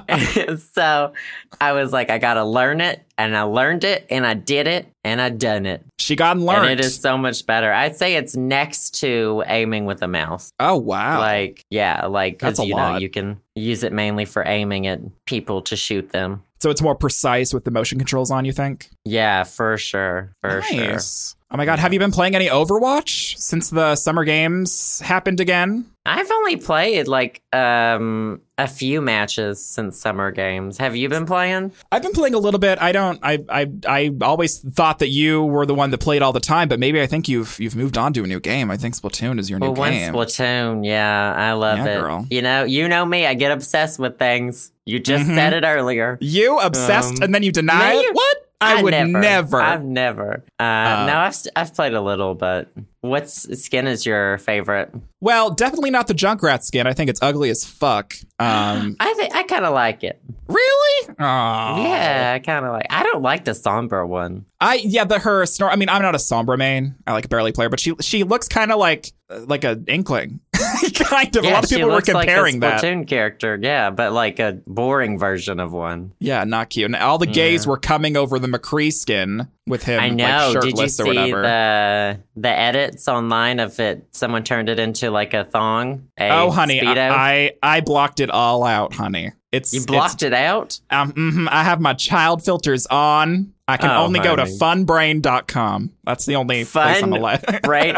Speaker 1: knew? so I was like, I got to learn it. And I learned it, and I did it, and I done it.
Speaker 2: she got learned.
Speaker 1: And it is so much better. I'd say it's next to aiming with a mouse.
Speaker 2: oh wow.
Speaker 1: Like, yeah, like, because
Speaker 2: That's a
Speaker 1: you know,
Speaker 2: lot.
Speaker 1: you can use it mainly for aiming at people to shoot them.
Speaker 2: So it's more precise with the motion controls on, you think?
Speaker 1: Yeah, for sure. For sure.
Speaker 2: nice. Oh my god, have you been playing any Overwatch since the summer games happened again?
Speaker 1: I've only played like um a few matches since summer games. Have you been playing?
Speaker 2: I've been playing a little bit. I don't I I I always thought that you were the one that played all the time, but maybe I think you've you've moved on to a new game. I think Splatoon is your new
Speaker 1: Well, once
Speaker 2: game.
Speaker 1: Splatoon, yeah, I love
Speaker 2: Yeah,
Speaker 1: it.
Speaker 2: girl.
Speaker 1: You know, you know me. I get obsessed with things. You just
Speaker 2: Mhm.
Speaker 1: said it earlier.
Speaker 2: you obsessed
Speaker 1: Um,
Speaker 2: and then you deny
Speaker 1: no,
Speaker 2: it?
Speaker 1: you-
Speaker 2: What? I, would never.
Speaker 1: I've never. Uh,
Speaker 2: Uh,
Speaker 1: no, I've st- I've played a little, but what's skin is your favorite?
Speaker 2: Well, definitely not the Junkrat skin. I think it's ugly as fuck. Um,
Speaker 1: I think I kind of like it.
Speaker 2: really? Aw.
Speaker 1: Yeah, I kind of like. I don't like the somber one.
Speaker 2: I yeah, the her snor I mean, I'm not a Sombra main. I like barely player, but she she looks kind of like uh, like an inkling. kind of.
Speaker 1: yeah,
Speaker 2: a lot of
Speaker 1: she
Speaker 2: people were
Speaker 1: looks
Speaker 2: comparing
Speaker 1: like a
Speaker 2: that.
Speaker 1: Splatoon character. Yeah, but like a boring version of one.
Speaker 2: Yeah, not cute. And all the gays
Speaker 1: Yeah.
Speaker 2: were coming over the McCree skin with him
Speaker 1: I know.
Speaker 2: like shirtless
Speaker 1: Did you
Speaker 2: or
Speaker 1: see
Speaker 2: whatever.
Speaker 1: the the edits online of it? Someone turned it into like a thong. a
Speaker 2: oh honey,
Speaker 1: Speedo.
Speaker 2: I, I I blocked it all out, honey. It's
Speaker 1: you
Speaker 2: it's-
Speaker 1: blocked it out.
Speaker 2: um, mhm, I have my child filters on. I can
Speaker 1: Oh,
Speaker 2: only go to
Speaker 1: honey.
Speaker 2: funbrain.com. That's the only place I'm
Speaker 1: Fun-
Speaker 2: allowed.
Speaker 1: Right,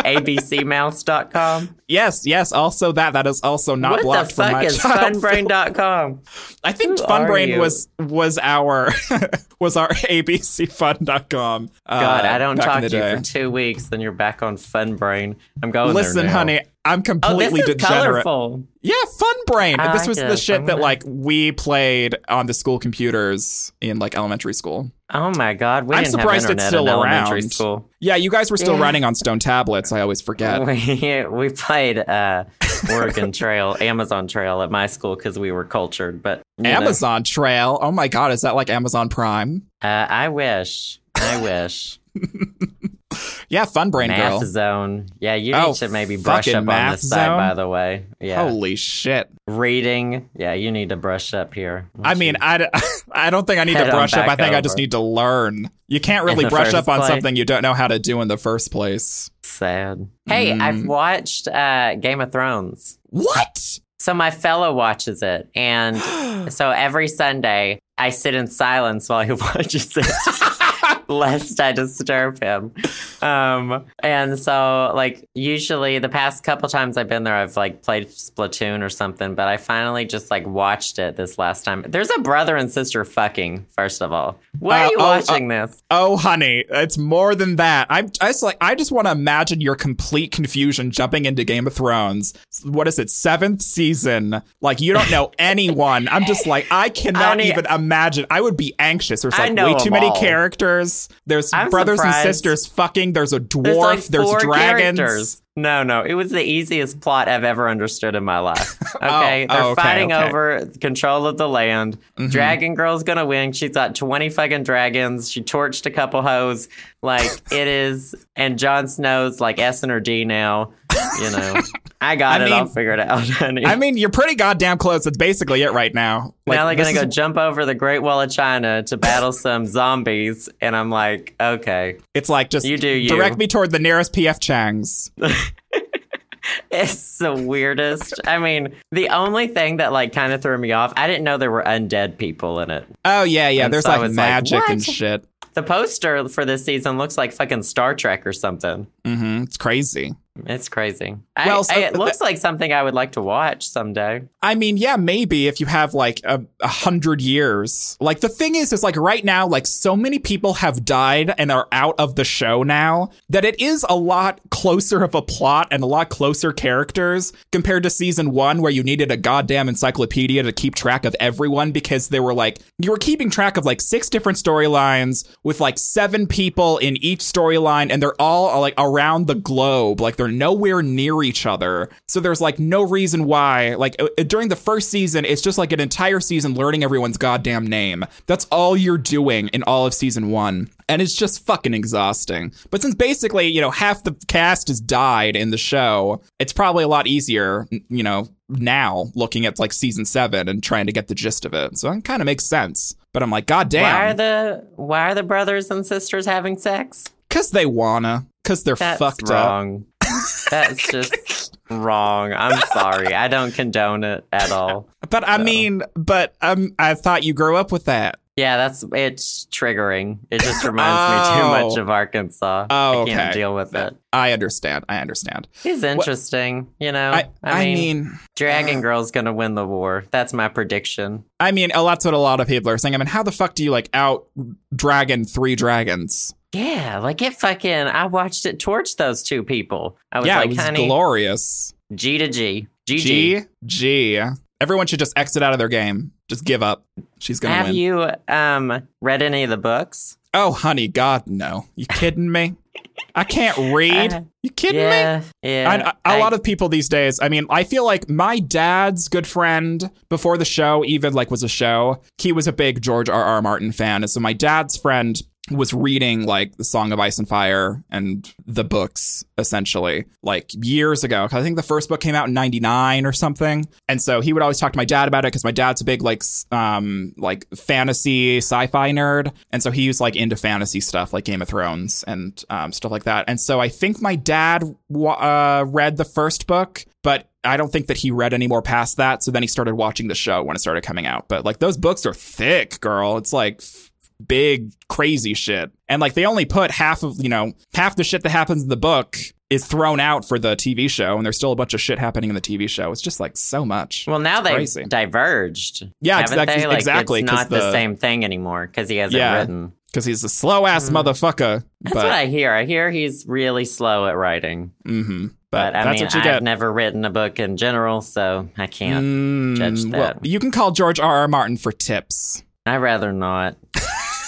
Speaker 1: abcmouse.com.
Speaker 2: yes, yes. Also, that that is also not
Speaker 1: what
Speaker 2: blocked
Speaker 1: the
Speaker 2: for
Speaker 1: fuck
Speaker 2: my
Speaker 1: is
Speaker 2: child fil-
Speaker 1: funbrain.com?
Speaker 2: I think
Speaker 1: Who are
Speaker 2: funbrain
Speaker 1: you?
Speaker 2: was was our was our abcfun.com. Uh,
Speaker 1: God, I don't
Speaker 2: back in
Speaker 1: talk
Speaker 2: the
Speaker 1: to you
Speaker 2: day.
Speaker 1: for two weeks, then you're back on Funbrain. I'm going. there
Speaker 2: Listen,
Speaker 1: now.
Speaker 2: honey, I'm
Speaker 1: Oh, this
Speaker 2: completely
Speaker 1: is
Speaker 2: degenerate.
Speaker 1: colorful.
Speaker 2: Yeah, fun brain.
Speaker 1: I
Speaker 2: this
Speaker 1: like
Speaker 2: was the
Speaker 1: this.
Speaker 2: shit
Speaker 1: I'm
Speaker 2: that
Speaker 1: gonna-
Speaker 2: like we played on the school computers in like elementary school.
Speaker 1: Oh my God, we
Speaker 2: I'm
Speaker 1: didn't
Speaker 2: surprised it's
Speaker 1: have internet
Speaker 2: still
Speaker 1: in elementary
Speaker 2: around.
Speaker 1: school.
Speaker 2: Yeah, you guys were still
Speaker 1: Yeah. Oh,
Speaker 2: running on stone tablets. I always forget.
Speaker 1: We, we played uh, Oregon Trail, Amazon Trail at my school because we were cultured. But you know,
Speaker 2: Amazon Trail. Oh my god, is that like Amazon Prime?
Speaker 1: uh, I wish, I wish.
Speaker 2: Yeah, fun brain
Speaker 1: math
Speaker 2: girl.
Speaker 1: zone. Yeah, you
Speaker 2: Oh,
Speaker 1: need to maybe brush
Speaker 2: fucking
Speaker 1: up on
Speaker 2: math
Speaker 1: this side,
Speaker 2: zone.
Speaker 1: by the way. Yeah,
Speaker 2: Holy shit.
Speaker 1: reading. Yeah, you need to brush up here.
Speaker 2: I mean, I, d- I don't think I need
Speaker 1: Head
Speaker 2: to
Speaker 1: on
Speaker 2: brush up. I
Speaker 1: back
Speaker 2: think I just
Speaker 1: over.
Speaker 2: need to learn. You can't really
Speaker 1: the
Speaker 2: brush
Speaker 1: first
Speaker 2: up on
Speaker 1: place.
Speaker 2: something you don't know how to do in the first place.
Speaker 1: sad. Hey,
Speaker 2: Mm.
Speaker 1: I've watched uh, Game of Thrones.
Speaker 2: What?
Speaker 1: So my fellow watches it, and so every Sunday I sit in silence while he watches it, lest I disturb him. Um, and so, like, usually the past couple times I've been there, I've like played Splatoon or something, but I finally just like watched it this last time. There's a brother and sister fucking. First of all, why
Speaker 2: Uh,
Speaker 1: are you
Speaker 2: oh,
Speaker 1: watching this?
Speaker 2: Oh, honey, it's more than that. I'm just like, I just want to imagine your complete confusion jumping into Game of Thrones. What is it, seventh season? Like, you don't know anyone. I'm just like, I cannot
Speaker 1: Honey,
Speaker 2: even imagine. I would be anxious. There's
Speaker 1: I
Speaker 2: like
Speaker 1: know
Speaker 2: way too
Speaker 1: them
Speaker 2: many
Speaker 1: all.
Speaker 2: characters. There's
Speaker 1: I'm
Speaker 2: brothers
Speaker 1: surprised.
Speaker 2: and sisters fucking. There's a dwarf. There's,
Speaker 1: like four
Speaker 2: dragons.
Speaker 1: characters. No, no, it was the easiest plot I've ever understood in my life. Okay,
Speaker 2: oh,
Speaker 1: they're
Speaker 2: okay,
Speaker 1: fighting
Speaker 2: okay. Mm-hmm.
Speaker 1: over control of the land. Dragon girl's gonna win. She's got twenty fucking dragons. She torched a couple hoes. Like it is, and Jon Snow's like S and her D now. You know, I got
Speaker 2: I
Speaker 1: it. I'll
Speaker 2: mean-
Speaker 1: figure it out. Honey.
Speaker 2: I mean, you're pretty goddamn close. That's basically it right now.
Speaker 1: now they're
Speaker 2: this
Speaker 1: gonna go
Speaker 2: is-
Speaker 1: jump over the Great Wall of China to battle some zombies, and I'm like, okay.
Speaker 2: It's like just
Speaker 1: You do you.
Speaker 2: direct me toward the nearest PF Chang's.
Speaker 1: It's the weirdest. I mean, the only thing that like kind of threw me off, I didn't know there were undead people in it.
Speaker 2: Oh yeah, yeah.
Speaker 1: And
Speaker 2: There's
Speaker 1: so
Speaker 2: like
Speaker 1: it's like,
Speaker 2: magic and
Speaker 1: what?
Speaker 2: shit.
Speaker 1: The poster for this season looks like fucking Star Trek or something.
Speaker 2: hmm It's crazy.
Speaker 1: It's crazy. I-
Speaker 2: Well, so-
Speaker 1: I- it looks like something I would like to watch someday.
Speaker 2: I mean, yeah, maybe if you have like a, a hundred years. Like the thing is, is like right now, like so many people have died and are out of the show now that it is a lot closer of a plot and a lot closer characters compared to season one, where you needed a goddamn encyclopedia to keep track of everyone because there were like you were keeping track of like six different storylines with like seven people in each storyline, and they're all like around the globe, like they're nowhere near each other. So there's like no reason why, like uh, during the first season, it's just like an entire season learning everyone's goddamn name. That's all you're doing in all of season one, and it's just fucking exhausting. But since basically you know half the cast has died in the show, it's probably a lot easier, n- you know, now looking at like season seven and trying to get the gist of it. So it kind of makes sense. But I'm like, God
Speaker 1: Why are
Speaker 2: damn.
Speaker 1: the why are the brothers and sisters having sex?
Speaker 2: Because they wanna. Because they're
Speaker 1: That's
Speaker 2: fucked up.
Speaker 1: wrong. That's just wrong. I'm sorry. I don't condone it at all.
Speaker 2: But I mean, but um, I thought you grew up with that.
Speaker 1: Yeah, that's it's triggering. It just reminds me too
Speaker 2: Oh.
Speaker 1: much of Arkansas.
Speaker 2: Oh,
Speaker 1: I can't
Speaker 2: okay.
Speaker 1: deal with it.
Speaker 2: I understand. I understand.
Speaker 1: He's interesting, you know.
Speaker 2: I, I mean,
Speaker 1: Dragon Girl's gonna win the war. That's my prediction.
Speaker 2: I mean, uh, that's what a lot of people are saying. I mean, how the fuck do you like out dragon three dragons?
Speaker 1: Yeah, like it fucking. I watched it torch those two people. I was
Speaker 2: yeah,
Speaker 1: like,
Speaker 2: it was
Speaker 1: honey,
Speaker 2: glorious.
Speaker 1: G to G, G G.
Speaker 2: G G. Everyone should just exit out of their game. Just give up. She's gonna
Speaker 1: Have
Speaker 2: win.
Speaker 1: you um read any of the books?
Speaker 2: oh, honey, God, no. You kidding me? I can't read.
Speaker 1: Uh,
Speaker 2: you kidding me?
Speaker 1: yeah, yeah.
Speaker 2: I, I- a lot of people these days. I mean, I feel like my dad's good friend before the show even like was a show. He was a big George R. R. Martin fan, and so my dad's friend was reading like the Song of Ice and Fire and the books essentially like years ago. 'Cause I think the first book came out in '99 or something, and so he would always talk to my dad about it because my dad's a big like s- um like fantasy sci-fi nerd, and so he was like into fantasy stuff like Game of Thrones and um, stuff like that. And so I think my dad wa- uh, read the first book, but I don't think that he read any more past that. So then he started watching the show when it started coming out. But like those books are thick, girl. It's like f- big crazy shit, and like they only put half of you know half the shit that happens in the book. Is thrown out for the TV show, and there's still a bunch of shit happening in the TV show. It's just like so much.
Speaker 1: Well, now they've
Speaker 2: crazy.
Speaker 1: diverged.
Speaker 2: Yeah,
Speaker 1: haven't
Speaker 2: exactly-
Speaker 1: They? Like,
Speaker 2: exactly,
Speaker 1: It's
Speaker 2: 'cause
Speaker 1: not the,
Speaker 2: the-
Speaker 1: same thing anymore because he hasn't
Speaker 2: Yeah.
Speaker 1: written.
Speaker 2: because he's a slow ass motherfucker.
Speaker 1: That's
Speaker 2: but
Speaker 1: what I hear. I hear he's really slow at writing.
Speaker 2: hmm but,
Speaker 1: But, I
Speaker 2: that's
Speaker 1: mean,
Speaker 2: what you
Speaker 1: I've
Speaker 2: get.
Speaker 1: never written a book in general, so I can't.
Speaker 2: Mm,
Speaker 1: judge
Speaker 2: Well,
Speaker 1: that.
Speaker 2: you can call George R. R. Martin for tips.
Speaker 1: I'd rather not.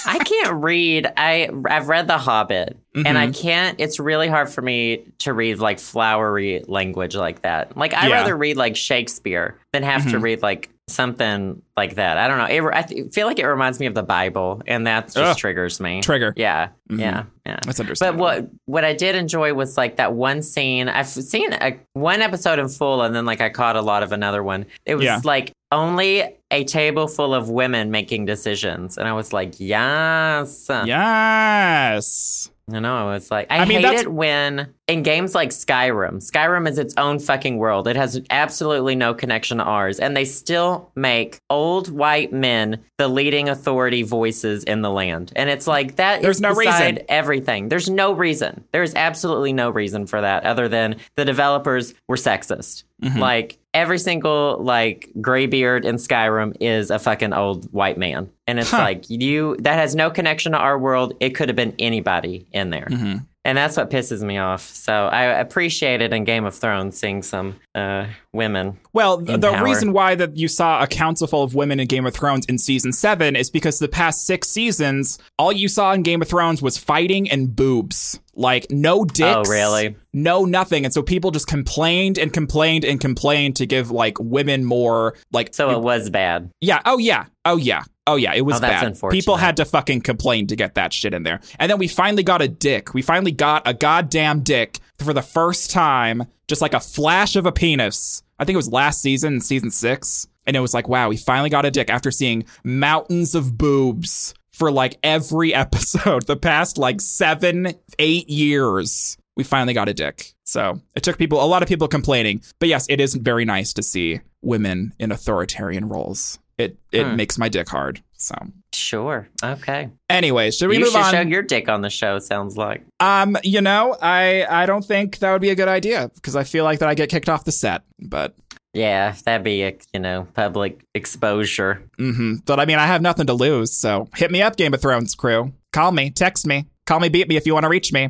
Speaker 1: I can't read. I I've read The Hobbit, and
Speaker 2: Mm-hmm.
Speaker 1: I can't. It's really hard for me to read like flowery language like that. Like I'd
Speaker 2: Yeah. Mm-hmm.
Speaker 1: rather read like Shakespeare than have to read like something like that. I don't know. It, re- I th- feel like it reminds me of the Bible, and that just
Speaker 2: Ugh.
Speaker 1: triggers me.
Speaker 2: Trigger. Mm-hmm.
Speaker 1: yeah, yeah, yeah.
Speaker 2: That's
Speaker 1: But
Speaker 2: understandable.
Speaker 1: what what I did enjoy was like that one scene. I've seen a, one episode in full, and then like I caught a lot of another one. It was
Speaker 2: Yeah.
Speaker 1: like only a table full of women making decisions, and I was like, yes.
Speaker 2: Yes.
Speaker 1: You know, I was like, I,
Speaker 2: I mean,
Speaker 1: hate
Speaker 2: that's-
Speaker 1: it when in games like Skyrim, Skyrim is its own fucking world. It has absolutely no connection to ours, and they still make old white men the leading authority voices in the land. And it's like that. is
Speaker 2: There's no
Speaker 1: beside
Speaker 2: reason.
Speaker 1: Everything. There's no reason. There is absolutely no reason for that, other than the developers were sexist.
Speaker 2: Mm-hmm.
Speaker 1: Like every single like graybeard in Skyrim is a fucking old white man. And it's
Speaker 2: Huh.
Speaker 1: like you that has no connection to our world. It could have been anybody in there.
Speaker 2: Mhm.
Speaker 1: And that's what pisses me off. So I appreciated in Game of Thrones seeing some uh, women.
Speaker 2: Well, th-
Speaker 1: In
Speaker 2: the
Speaker 1: power.
Speaker 2: reason why that you saw a council full of women in Game of Thrones in season seven is because the past six seasons, all you saw in Game of Thrones was fighting and boobs. Like no dicks.
Speaker 1: Oh, really?
Speaker 2: No nothing. And so people just complained and complained and complained to give like women more like
Speaker 1: So it was bad.
Speaker 2: Yeah. Oh yeah. Oh yeah. Oh yeah. It was
Speaker 1: Oh, that's
Speaker 2: bad.
Speaker 1: unfortunate.
Speaker 2: People had to fucking complain to get that shit in there. And then we finally got a dick. We finally got a goddamn dick for the first time, just like a flash of a penis. I think it was last season, season six. And it was like, wow, we finally got a dick after seeing mountains of boobs for like every episode the past like seven, eight years. We finally got a dick. So it took people, a lot of people complaining. But yes, it is very nice to see women in authoritarian roles. It it
Speaker 1: Hmm.
Speaker 2: makes my dick hard. So,
Speaker 1: Sure. Okay.
Speaker 2: anyways, should we
Speaker 1: you
Speaker 2: move
Speaker 1: should
Speaker 2: on?
Speaker 1: show your dick on the show, sounds like.
Speaker 2: um, you know, I I don't think that would be a good idea because I feel like that I get kicked off the set. But
Speaker 1: Yeah, that'd be a you know, public exposure.
Speaker 2: hmm But I mean, I have nothing to lose. So hit me up, Game of Thrones crew. Call me, text me, call me, beat me if you want to reach me.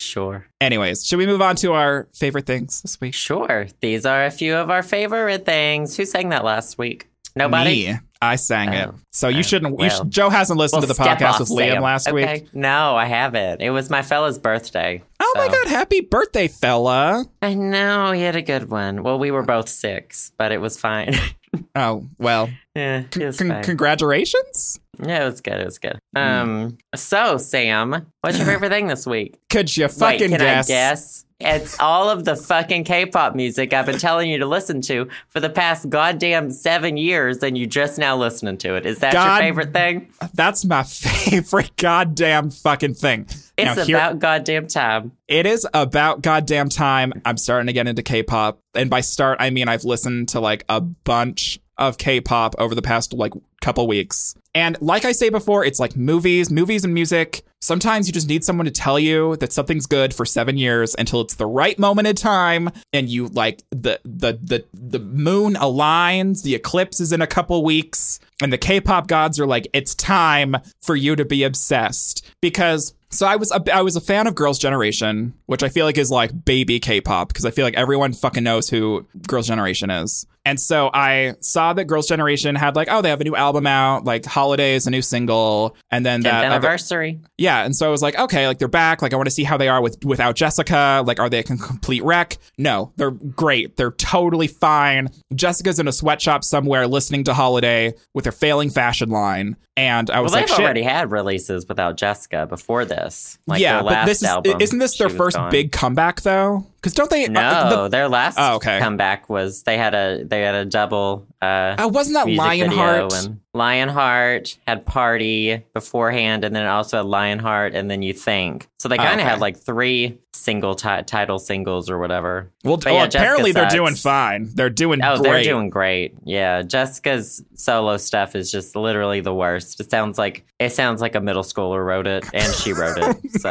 Speaker 1: Sure.
Speaker 2: Anyways, should we move on to our favorite things this week?
Speaker 1: Sure. These are a few of our favorite things. Who sang that last week? Nobody.
Speaker 2: Me. I sang it.
Speaker 1: Oh,
Speaker 2: So you
Speaker 1: oh,
Speaker 2: shouldn't. you
Speaker 1: well.
Speaker 2: sh- Joe hasn't listened
Speaker 1: Well,
Speaker 2: to the
Speaker 1: step
Speaker 2: podcast
Speaker 1: off,
Speaker 2: with Liam
Speaker 1: Sam.
Speaker 2: last
Speaker 1: Okay.
Speaker 2: week.
Speaker 1: No, I haven't. It was my fella's birthday.
Speaker 2: Oh my
Speaker 1: so-
Speaker 2: God! Happy birthday, fella!
Speaker 1: I know he had a good one. Well, we were both six, but it was fine.
Speaker 2: Oh well,
Speaker 1: yeah, it was
Speaker 2: Con- Mm.
Speaker 1: fine.
Speaker 2: congratulations.
Speaker 1: yeah, it was good. It was good. Um, so Sam, what's your favorite thing this week?
Speaker 2: Could you
Speaker 1: Wait,
Speaker 2: fucking
Speaker 1: can
Speaker 2: guess?
Speaker 1: I guess? It's all of the fucking K-pop music I've been telling you to listen to for the past goddamn seven years, and you just now listening to it. Is that
Speaker 2: God-
Speaker 1: your favorite thing?
Speaker 2: That's my favorite goddamn fucking thing.
Speaker 1: It's
Speaker 2: now, here,
Speaker 1: about goddamn time.
Speaker 2: It is about goddamn time. I'm starting to get into K-pop, and by start I mean I've listened to like a bunch of K-pop over the past like couple weeks. And like I say before, it's like movies, movies and music. Sometimes you just need someone to tell you that something's good for 7 years until it's the right moment in time and you like the the the the moon aligns, the eclipse is in a couple weeks and the K-pop gods are like it's time for you to be obsessed because so I was a, I was a fan of Girls Generation, which I feel like is like baby K-pop because I feel like everyone fucking knows who Girls Generation is. And so I saw that Girls Generation had like oh they have a new album out, like Holidays, a new single, and then
Speaker 1: 10th
Speaker 2: that other-
Speaker 1: anniversary.
Speaker 2: yeah, and so I was like, okay, like they're back. Like I want to see how they are with without Jessica. Like are they a con- complete wreck? No, they're great. They're totally fine. Jessica's in a sweatshop somewhere listening to Holiday with her failing fashion line, and I
Speaker 1: Well,
Speaker 2: was
Speaker 1: they've
Speaker 2: like, shit.
Speaker 1: already had releases without Jessica before this. Like
Speaker 2: yeah,
Speaker 1: their last
Speaker 2: but this is
Speaker 1: album,
Speaker 2: isn't this their
Speaker 1: she was
Speaker 2: first
Speaker 1: gone.
Speaker 2: big comeback though? Because don't they?
Speaker 1: No,
Speaker 2: uh, the-
Speaker 1: their last
Speaker 2: Oh, okay.
Speaker 1: comeback was they had a they had a double uh,
Speaker 2: uh, wasn't that
Speaker 1: music
Speaker 2: Lionheart?
Speaker 1: video and Lionheart had Party beforehand, and then it also had Lionheart, and then You Think. So they
Speaker 2: Oh,
Speaker 1: kind of
Speaker 2: okay.
Speaker 1: had like three single ti- title singles or whatever.
Speaker 2: well,
Speaker 1: But
Speaker 2: well,
Speaker 1: yeah, Jessica
Speaker 2: apparently they're
Speaker 1: sucks.
Speaker 2: doing fine. They're doing
Speaker 1: Oh,
Speaker 2: great.
Speaker 1: they're doing great. Yeah, Jessica's solo stuff is just literally the worst. It sounds like it sounds like a middle schooler wrote it, and she wrote it. So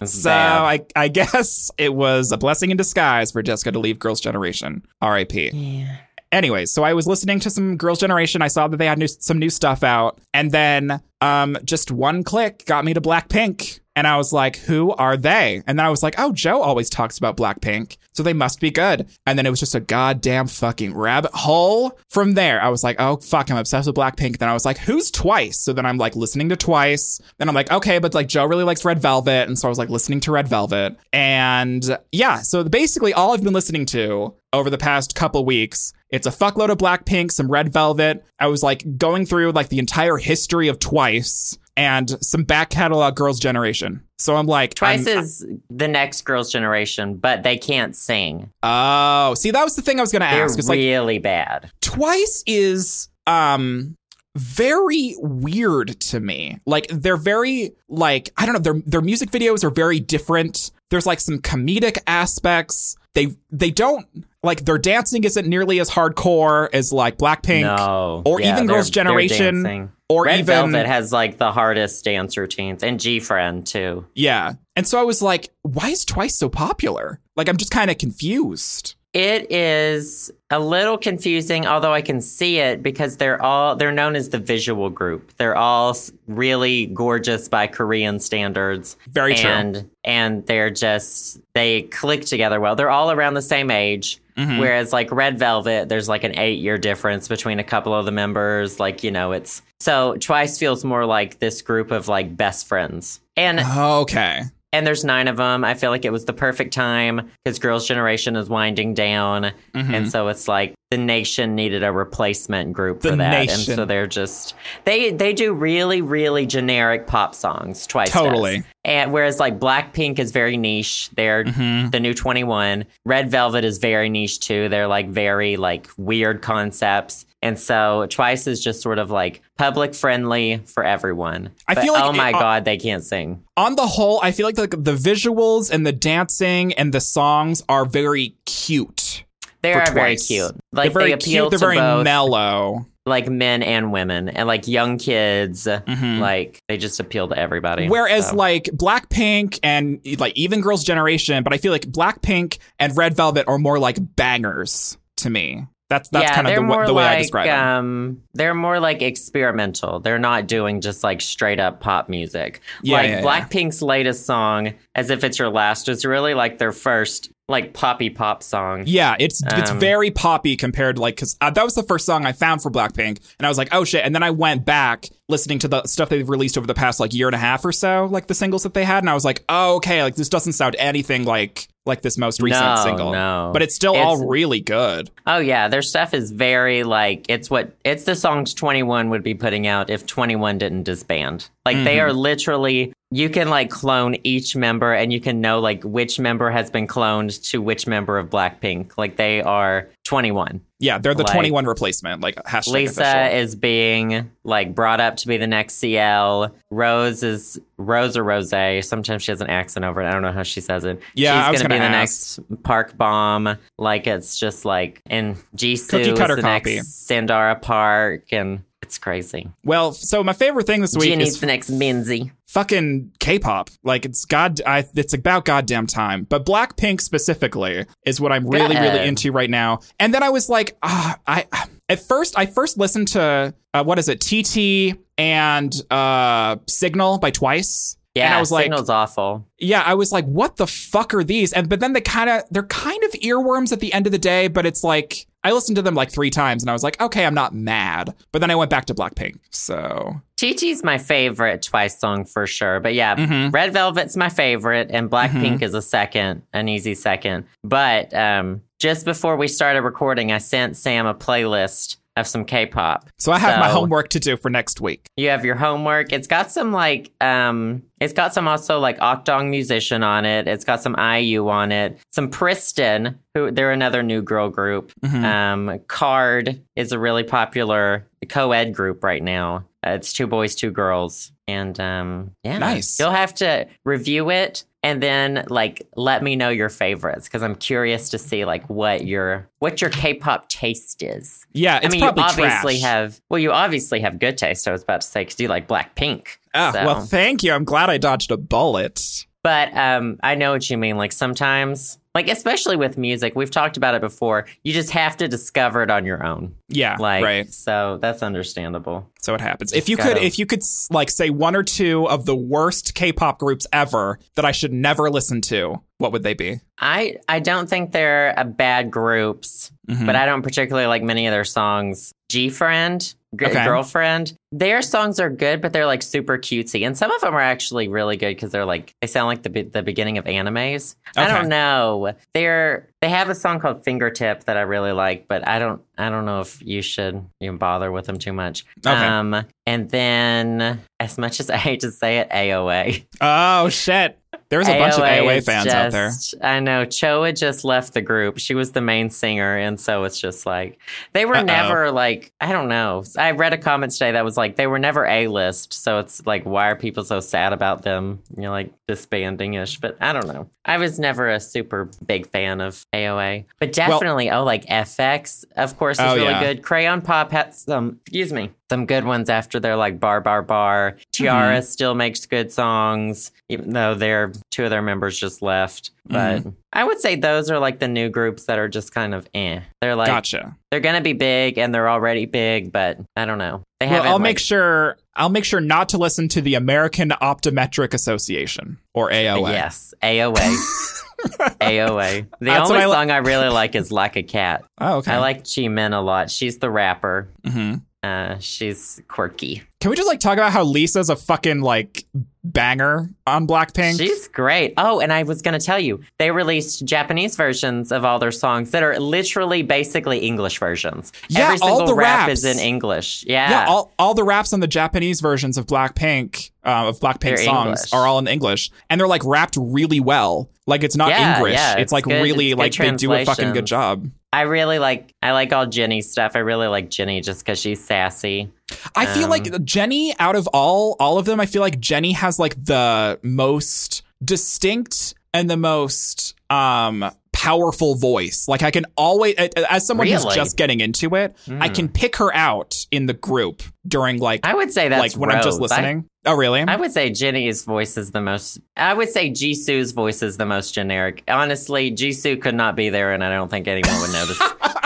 Speaker 1: it's
Speaker 2: So
Speaker 1: bad.
Speaker 2: I, I guess it was a blessing in disguise for Jessica to leave Girls' Generation. R.I.P.
Speaker 1: yeah.
Speaker 2: Anyways, so I was listening to some Girls' Generation. I saw that they had new, some new stuff out, and then um, just one click got me to Blackpink, and I was like, "Who are they?" And then I was like, "Oh, Joe always talks about Blackpink, so they must be good." And then it was just a goddamn fucking rabbit hole. From there, I was like, "Oh fuck, I'm obsessed with Blackpink." Then I was like, "Who's Twice?" So then I'm like listening to Twice, then I'm like, "Okay, but like Joe really likes Red Velvet," and so I was like listening to Red Velvet, and yeah, so basically all I've been listening to over the past couple weeks. It's a fuckload of Blackpink, some Red Velvet. I was like going through like the entire history of Twice and some back catalog Girls' Generation. So I'm like,
Speaker 1: Twice
Speaker 2: I'm-
Speaker 1: is the next girls' generation, but they can't sing.
Speaker 2: oh, see, that was the thing I was gonna
Speaker 1: They're
Speaker 2: ask. It's like
Speaker 1: really bad.
Speaker 2: Twice is um very weird to me. Like they're very like I don't know, their their music videos are very different. There's like some comedic aspects. They they don't like their dancing isn't nearly as hardcore as like Blackpink
Speaker 1: No,
Speaker 2: or
Speaker 1: Yeah,
Speaker 2: even
Speaker 1: they're-
Speaker 2: Girls'
Speaker 1: they're
Speaker 2: Generation,
Speaker 1: dancing.
Speaker 2: or
Speaker 1: Red
Speaker 2: even
Speaker 1: Velvet has like the hardest dance routines, and G Friend too.
Speaker 2: yeah. And so I was like, why is Twice so popular? Like I'm just kind of confused.
Speaker 1: It is a little confusing, although I can see it because they're all they're known as the visual group. They're all s- really gorgeous by Korean standards,
Speaker 2: Very true.
Speaker 1: and and they're just they click together well. They're all around the same age.
Speaker 2: Mhm.
Speaker 1: Whereas like Red Velvet, there's like an eight year difference between a couple of the members. Like, you know, it's so Twice feels more like this group of like best friends. And
Speaker 2: Okay.
Speaker 1: and there's nine of them. I feel like it was the perfect time because Girls' Generation is winding down.
Speaker 2: Mhm.
Speaker 1: And so it's like the nation needed a replacement group for
Speaker 2: The
Speaker 1: that.
Speaker 2: nation.
Speaker 1: And so they're just they they do really, really generic pop songs twice. does.
Speaker 2: Totally.
Speaker 1: And whereas like Blackpink is very niche. They're
Speaker 2: Mhm.
Speaker 1: the new 21. Red Velvet is very niche too. They're like very like weird concepts. And so Twice is just sort of like public friendly for everyone.
Speaker 2: I
Speaker 1: But,
Speaker 2: feel like
Speaker 1: oh
Speaker 2: it-
Speaker 1: my
Speaker 2: uh,
Speaker 1: god, they can't sing.
Speaker 2: on the whole, I feel like the, the visuals and the dancing and the songs are very cute.
Speaker 1: They
Speaker 2: for
Speaker 1: are very
Speaker 2: Twice.
Speaker 1: cute. Like
Speaker 2: they're very
Speaker 1: they appeal
Speaker 2: cute. They're
Speaker 1: to
Speaker 2: very
Speaker 1: both,
Speaker 2: mellow.
Speaker 1: like men and women, and like young kids.
Speaker 2: Mhm.
Speaker 1: Like they just appeal to everybody.
Speaker 2: Whereas
Speaker 1: Mm-hmm. so.
Speaker 2: like Blackpink and like even Girls' Generation, but I feel like Blackpink and Red Velvet are more like bangers to me. That's that's
Speaker 1: yeah,
Speaker 2: kind of
Speaker 1: they're
Speaker 2: the, wa-
Speaker 1: more
Speaker 2: the way
Speaker 1: like
Speaker 2: I describe it.
Speaker 1: um, they're more like experimental. They're not doing just like straight up pop music.
Speaker 2: Yeah,
Speaker 1: like
Speaker 2: yeah, yeah.
Speaker 1: Blackpink's latest song, as if it's your last, is really like their first like poppy pop song.
Speaker 2: Yeah, it's it's
Speaker 1: Um,
Speaker 2: very poppy compared to like because uh, that was the first song I found for Blackpink, and I was like, oh shit. And then I went back listening to the stuff they've released over the past like year and a half or so, like the singles that they had, and I was like, oh okay, like this doesn't sound anything like like this most recent
Speaker 1: No,
Speaker 2: single,
Speaker 1: no.
Speaker 2: but it's still all
Speaker 1: It's-
Speaker 2: really good.
Speaker 1: Oh yeah, their stuff is very like it's what it's the songs 21 would be putting out if 21 didn't disband. Like they
Speaker 2: Mhm.
Speaker 1: are literally you can like clone each member and you can know like which member has been cloned to which member of Blackpink. Like they are 21.
Speaker 2: Yeah, they're the
Speaker 1: Like-
Speaker 2: 21 replacement, like hashtag
Speaker 1: Lisa
Speaker 2: official.
Speaker 1: is being like brought up to be the next CL. Rose is Rose or Rose. Sometimes she has an accent over it. I don't know how she says it.
Speaker 2: Yeah,
Speaker 1: she's
Speaker 2: I was
Speaker 1: gonna be
Speaker 2: gonna
Speaker 1: the
Speaker 2: ask.
Speaker 1: next Park Bomb. Like it's just like and Jisoo
Speaker 2: Cookie
Speaker 1: is
Speaker 2: cutter
Speaker 1: the
Speaker 2: copy.
Speaker 1: next Sandara Park, and it's It's crazy.
Speaker 2: Well, so my favorite thing this week
Speaker 1: Jenny's
Speaker 2: is
Speaker 1: the next Minzy.
Speaker 2: fucking K-pop. Like it's god, I, it's about goddamn time. But Blackpink specifically is what I'm really, really
Speaker 1: Good.
Speaker 2: into right now. And then I was like, ah, I. At first, I first listened to uh, what is it, TT and uh, Signal by Twice.
Speaker 1: Yeah,
Speaker 2: and I was like,
Speaker 1: Signal's awful.
Speaker 2: yeah, I was like, what the fuck are these? And but then they kind of they're kind of earworms at the end of the day, but it's like I listened to them like three times and I was like, okay, I'm not mad. But then I went back to Blackpink. So
Speaker 1: Chi-Chi's my favorite Twice song for sure. But yeah,
Speaker 2: Mhm.
Speaker 1: Red Velvet's my favorite, and Blackpink is a second, an easy second. But um, just before we started recording, I sent Sam a playlist of some K-pop.
Speaker 2: so I have my
Speaker 1: So-
Speaker 2: homework to do for next week.
Speaker 1: You have your homework. It's got some like um it's got some also like Okdong musician on it. It's got some IU on it. Some Priston, who they're another new girl group.
Speaker 2: Mhm.
Speaker 1: Um Card is a really popular co-ed group right now. Uh, it's two boys, two girls. And um yeah.
Speaker 2: Nice.
Speaker 1: You'll have to review it and then like let me know your favorites cuz I'm curious to see like what your what your K-pop taste is.
Speaker 2: yeah, it's
Speaker 1: I mean, you
Speaker 2: probably
Speaker 1: obviously
Speaker 2: trash.
Speaker 1: have. Well, you obviously have good taste. I was about to say because you like black pink.
Speaker 2: Ah,
Speaker 1: so.
Speaker 2: well, thank you. I'm glad I dodged a bullet.
Speaker 1: But um, I know what you mean. Like sometimes, like especially with music, we've talked about it before. You just have to discover it on your own.
Speaker 2: Yeah,
Speaker 1: Like,
Speaker 2: right.
Speaker 1: so that's understandable.
Speaker 2: So it happens. If you
Speaker 1: Gotta-
Speaker 2: could, if you could, s- like, say one or two of the worst K-pop groups ever that I should never listen to, what would they be?
Speaker 1: I I don't think they're a bad groups,
Speaker 2: Mhm.
Speaker 1: but I don't particularly like many of their songs. G friend, G-
Speaker 2: Okay.
Speaker 1: girlfriend. Their songs are good, but they're like super cutesy, and some of them are actually really good because they're like they sound like the be- the beginning of animes. I
Speaker 2: Okay.
Speaker 1: don't know. They're they have a song called Fingertip that I really like, but I don't I don't know if you should you know, bother with them too much.
Speaker 2: Okay.
Speaker 1: Um, and then as much as I hate to say it, AOA.
Speaker 2: Oh shit! There's a bunch of AOA fans out there.
Speaker 1: there. I know. Choa just left the group. She was the main singer. And so it's just like, they were
Speaker 2: Uh-oh.
Speaker 1: never like, I don't know. I read a comment today that was like, they were never A list. So it's like, why are people so sad about them? You know, like disbanding ish. But I don't know. I was never a super big fan of AOA. But definitely, oh, like FX, of course, is
Speaker 2: Oh,
Speaker 1: really
Speaker 2: yeah.
Speaker 1: good. Crayon Pop had some, excuse me, some good ones after their like Bar Bar Bar. Tiara still makes good songs, even though their two of their members just left. But
Speaker 2: Mm-hmm.
Speaker 1: I would say those are like the new groups that are just kind of eh. They're like
Speaker 2: gotcha.
Speaker 1: they're gonna be big and they're already big, but I don't know. They
Speaker 2: Well,
Speaker 1: haven't.
Speaker 2: I'll
Speaker 1: like-
Speaker 2: make sure I'll make sure not to listen to the American Optometric Association or AOA.
Speaker 1: Yes, AOA. AOA. The
Speaker 2: That's
Speaker 1: only
Speaker 2: what I li-
Speaker 1: song I really like is Like a Cat.
Speaker 2: Oh, okay.
Speaker 1: I like Chi Min a lot. She's the rapper.
Speaker 2: hmm
Speaker 1: Uh, she's quirky.
Speaker 2: Can we just like talk about how Lisa's a fucking like banger on Blackpink?
Speaker 1: She's great. Oh, and I was going to tell you, they released Japanese versions of all their songs that are literally basically English versions.
Speaker 2: Yeah,
Speaker 1: Every
Speaker 2: all
Speaker 1: single
Speaker 2: the
Speaker 1: rap is
Speaker 2: raps.
Speaker 1: in English. Yeah.
Speaker 2: yeah, all, all the raps on the Japanese versions of Blackpink uh, of
Speaker 1: They're
Speaker 2: Blackpink songs
Speaker 1: English.
Speaker 2: are all in English, and they're like rapped really well. Like it's not
Speaker 1: Yeah,
Speaker 2: English;
Speaker 1: yeah,
Speaker 2: it's,
Speaker 1: it's
Speaker 2: like
Speaker 1: good-
Speaker 2: really
Speaker 1: it's good
Speaker 2: like they do a
Speaker 1: translation.
Speaker 2: fucking good job.
Speaker 1: I really like I like all Jenny stuff. I really like Jenny just because she's sassy.
Speaker 2: I feel
Speaker 1: Um,
Speaker 2: like Jenny out of all all of them I feel like Jenny has like the most distinct and the most um powerful voice. Like I can always a- a- as someone who's
Speaker 1: Really?
Speaker 2: just getting into it, I
Speaker 1: Mm.
Speaker 2: can pick her out in the group during like
Speaker 1: I would say that's
Speaker 2: like when I'm just
Speaker 1: Rose. I-
Speaker 2: listening. oh really?
Speaker 1: I would say Jenny's voice is the most. I would say Jisoo's voice is the most generic. Honestly, Jisoo could not be there, and I don't think anyone would notice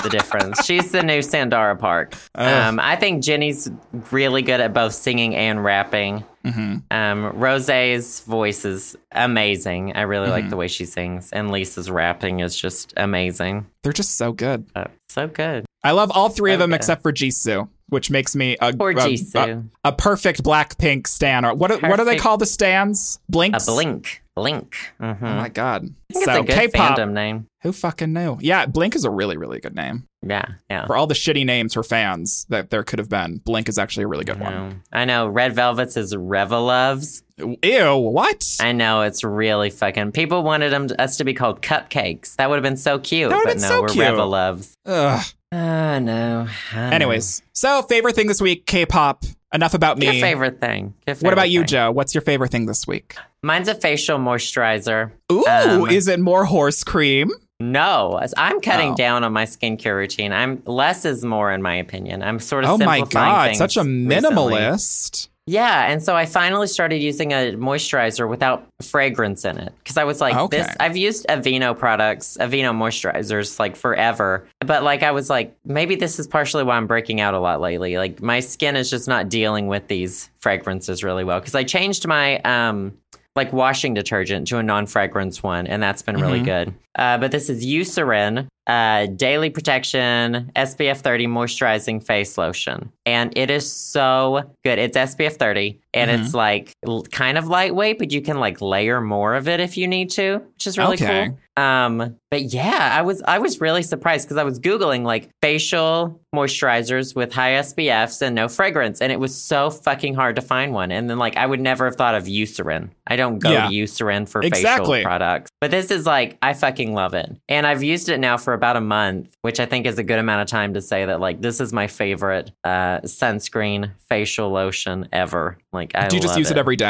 Speaker 1: the difference. She's the new Sandara Park.
Speaker 2: Ugh.
Speaker 1: Um, I think Jenny's really good at both singing and rapping.
Speaker 2: Mhm.
Speaker 1: Um, Rose's voice is amazing. I really
Speaker 2: Mm-hmm.
Speaker 1: like the way she sings, and Lisa's rapping is just amazing.
Speaker 2: They're just so good.
Speaker 1: Uh, so good.
Speaker 2: I love all three of them
Speaker 1: Okay.
Speaker 2: except for Jisoo, which makes me a
Speaker 1: Poor
Speaker 2: a, a,
Speaker 1: Jisoo.
Speaker 2: a perfect Blackpink stan or what what do they
Speaker 1: Perfect.
Speaker 2: call the stans?
Speaker 1: A
Speaker 2: Blinks?
Speaker 1: blink, blink. Mm-hmm.
Speaker 2: Oh my god.
Speaker 1: I think it's
Speaker 2: so
Speaker 1: a good
Speaker 2: K-pop
Speaker 1: fandom name.
Speaker 2: Who fucking knew? Yeah, Blink is a really, really good name.
Speaker 1: Yeah, yeah.
Speaker 2: For all the shitty names for fans that there could have been, Blink is actually a really good one.
Speaker 1: No. I know. Red Velvet's is Reveloves.
Speaker 2: Ew, what?
Speaker 1: I know it's really fucking. People wanted 'em- us to be called cupcakes. That would have been so cute.
Speaker 2: That would've
Speaker 1: But
Speaker 2: been
Speaker 1: no,
Speaker 2: so
Speaker 1: we're
Speaker 2: cute.
Speaker 1: Reveloves.
Speaker 2: Ugh.
Speaker 1: Oh no. I know.
Speaker 2: Anyways, so favorite thing this week, K-pop. Enough about
Speaker 1: your
Speaker 2: me.
Speaker 1: favorite thing. Your
Speaker 2: what
Speaker 1: favorite
Speaker 2: about you,
Speaker 1: thing.
Speaker 2: Joe? What's your favorite thing this week?
Speaker 1: Mine's a facial moisturizer.
Speaker 2: Ooh,
Speaker 1: Um,
Speaker 2: is it more horse cream?
Speaker 1: No, as I'm cutting
Speaker 2: Oh.
Speaker 1: down on my skincare routine. I'm less is more in my opinion. I'm sort of
Speaker 2: Oh my
Speaker 1: simplifying
Speaker 2: god,
Speaker 1: things
Speaker 2: such a
Speaker 1: recently.
Speaker 2: minimalist.
Speaker 1: Yeah, and so I finally started using a moisturizer without fragrance in it because I was like,
Speaker 2: Okay.
Speaker 1: this. I've used Aveeno products, Aveeno moisturizers, like forever, but like I was like, maybe this is partially why I'm breaking out a lot lately. Like my skin is just not dealing with these fragrances really well because I changed my um like washing detergent to a non-fragrance one, and that's been really
Speaker 2: Mhm.
Speaker 1: good. Uh, but this is Eucerin uh, Daily Protection SPF 30 Moisturizing Face Lotion, and it is so good. It's SPF 30, and it's like l- kind of lightweight, but you can like layer more of it if you need to, which is really
Speaker 2: Okay.
Speaker 1: cool. Um, but yeah, I was I was really surprised because I was googling like facial moisturizers with high SPFs and no fragrance, and it was so fucking hard to find one. And then like I would never have thought of Eucerin. I don't go
Speaker 2: Yeah.
Speaker 1: to Eucerin for
Speaker 2: Exactly.
Speaker 1: facial products, but this is like I fucking love it, and I've used it now for about a month, which I think is a good amount of time to say that like this is my favorite uh, sunscreen facial lotion ever. Like I
Speaker 2: Do you just
Speaker 1: love
Speaker 2: use it.
Speaker 1: it
Speaker 2: every day?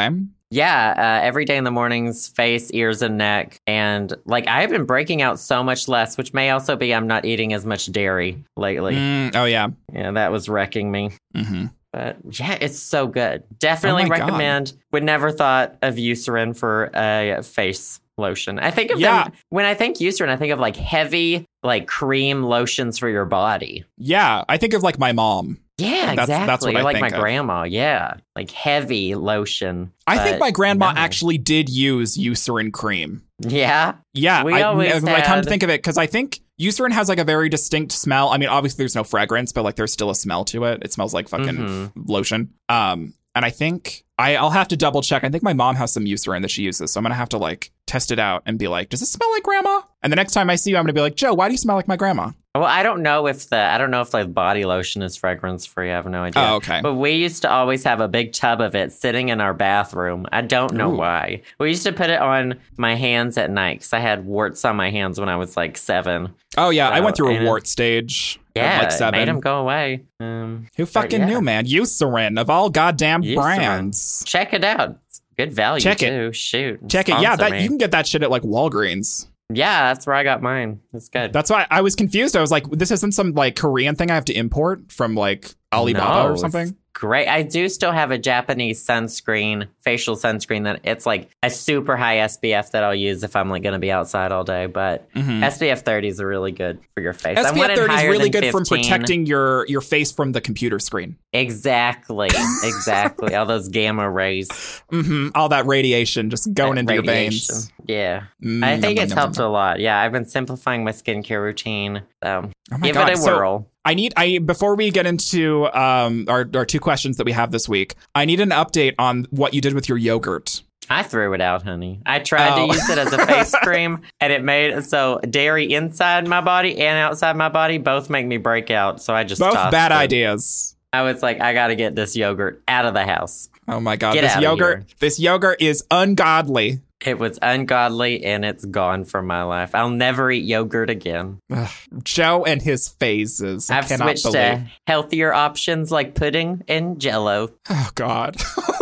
Speaker 1: yeah, uh, every day in the mornings, face, ears, and neck. And like I've been breaking out so much less, which may also be I'm not eating as much dairy lately.
Speaker 2: Mm, oh yeah.
Speaker 1: Yeah, that was wrecking me.
Speaker 2: hmm
Speaker 1: But yeah, it's so good. Definitely
Speaker 2: Oh my God.
Speaker 1: recommend. Would never thought of Eucerin for a face lotion. I think of
Speaker 2: Yeah.
Speaker 1: them when I think Eucerin, I think of like heavy, like cream lotions for your body.
Speaker 2: Yeah, I think of like my mom.
Speaker 1: Yeah,
Speaker 2: That's-
Speaker 1: exactly.
Speaker 2: that's what
Speaker 1: Or
Speaker 2: I
Speaker 1: like
Speaker 2: think
Speaker 1: my
Speaker 2: of.
Speaker 1: grandma. Yeah, like heavy lotion.
Speaker 2: I think
Speaker 1: but
Speaker 2: my grandma
Speaker 1: no.
Speaker 2: actually did use Eucerin cream.
Speaker 1: yeah.
Speaker 2: Yeah,
Speaker 1: We
Speaker 2: I,
Speaker 1: always
Speaker 2: when I come
Speaker 1: had-
Speaker 2: to think of it, because I think Eucerin has like a very distinct smell. I mean, obviously there's no fragrance, but like there's still a smell to it. It smells like fucking
Speaker 1: Mhm.
Speaker 2: lotion. Um, and I think I, I'll have to double check. I think my mom has some Eucerin that she uses, so I'm gonna have to like test it out and be like, does this smell like grandma? And the next time I see you, I'm gonna be like, Joe, why do you smell like my grandma?
Speaker 1: Well, I don't know if the I don't know if like body lotion is fragrance free. I have no idea.
Speaker 2: Oh, okay.
Speaker 1: But we used to always have a big tub of it sitting in our bathroom. I don't know
Speaker 2: Ooh.
Speaker 1: why. We used to put it on my hands at night because I had warts on my hands when I was like seven.
Speaker 2: Oh yeah, I
Speaker 1: Wow,
Speaker 2: went through a
Speaker 1: and-
Speaker 2: wart stage. at,
Speaker 1: Yeah,
Speaker 2: like
Speaker 1: it
Speaker 2: seven.
Speaker 1: made them go away. Um,
Speaker 2: Who fucking
Speaker 1: yeah.
Speaker 2: knew, man? Eucerin of all goddamn
Speaker 1: Eucerin.
Speaker 2: brands.
Speaker 1: check it out. It's good value
Speaker 2: Check it.
Speaker 1: too. Shoot,
Speaker 2: Check it. Yeah,
Speaker 1: Sponsor
Speaker 2: that
Speaker 1: me.
Speaker 2: you can get that shit at like Walgreens.
Speaker 1: yeah, that's where I got mine. It's good.
Speaker 2: That's why I was confused. I was like, this isn't some like Korean thing I have to import from like Alibaba
Speaker 1: No,
Speaker 2: or something.
Speaker 1: it's Great. I do still have a Japanese sunscreen, facial sunscreen that it's like a super high SPF that I'll use if I'm like going to be outside all day. But
Speaker 2: Mhm.
Speaker 1: SPF 30s are really good for your face. I
Speaker 2: SPF
Speaker 1: wanted
Speaker 2: 30 is
Speaker 1: higher
Speaker 2: really
Speaker 1: than
Speaker 2: good from
Speaker 1: 15.
Speaker 2: protecting your your face from the computer screen.
Speaker 1: Exactly. Exactly. all those gamma rays
Speaker 2: hmm All that radiation just going
Speaker 1: that
Speaker 2: into
Speaker 1: radiation.
Speaker 2: your veins.
Speaker 1: Yeah.
Speaker 2: Mm,
Speaker 1: I think
Speaker 2: nom,
Speaker 1: it's
Speaker 2: nom, nom,
Speaker 1: helped
Speaker 2: nom.
Speaker 1: a lot. Yeah. I've been simplifying my skincare routine. Um,
Speaker 2: Oh my
Speaker 1: give
Speaker 2: God.
Speaker 1: it a
Speaker 2: So,
Speaker 1: whirl.
Speaker 2: I need I before we get into um our, our two questions that we have this week, I need an update on what you did with your yogurt.
Speaker 1: I threw it out, honey. I tried
Speaker 2: Oh.
Speaker 1: to use it as a face cream, and it made so dairy inside my body and outside my body both make me break out. So I just
Speaker 2: Both
Speaker 1: stopped
Speaker 2: bad
Speaker 1: it.
Speaker 2: ideas.
Speaker 1: I was like, I got to get this yogurt out of the house.
Speaker 2: Oh my god,
Speaker 1: Get
Speaker 2: this
Speaker 1: outta
Speaker 2: yogurt this yogurt is ungodly.
Speaker 1: It was ungodly, and it's gone from my life. I'll never eat yogurt again.
Speaker 2: Ugh, Joe and his phases. I
Speaker 1: I've
Speaker 2: cannot
Speaker 1: switched
Speaker 2: believe.
Speaker 1: to healthier options like pudding and Jello.
Speaker 2: Oh God.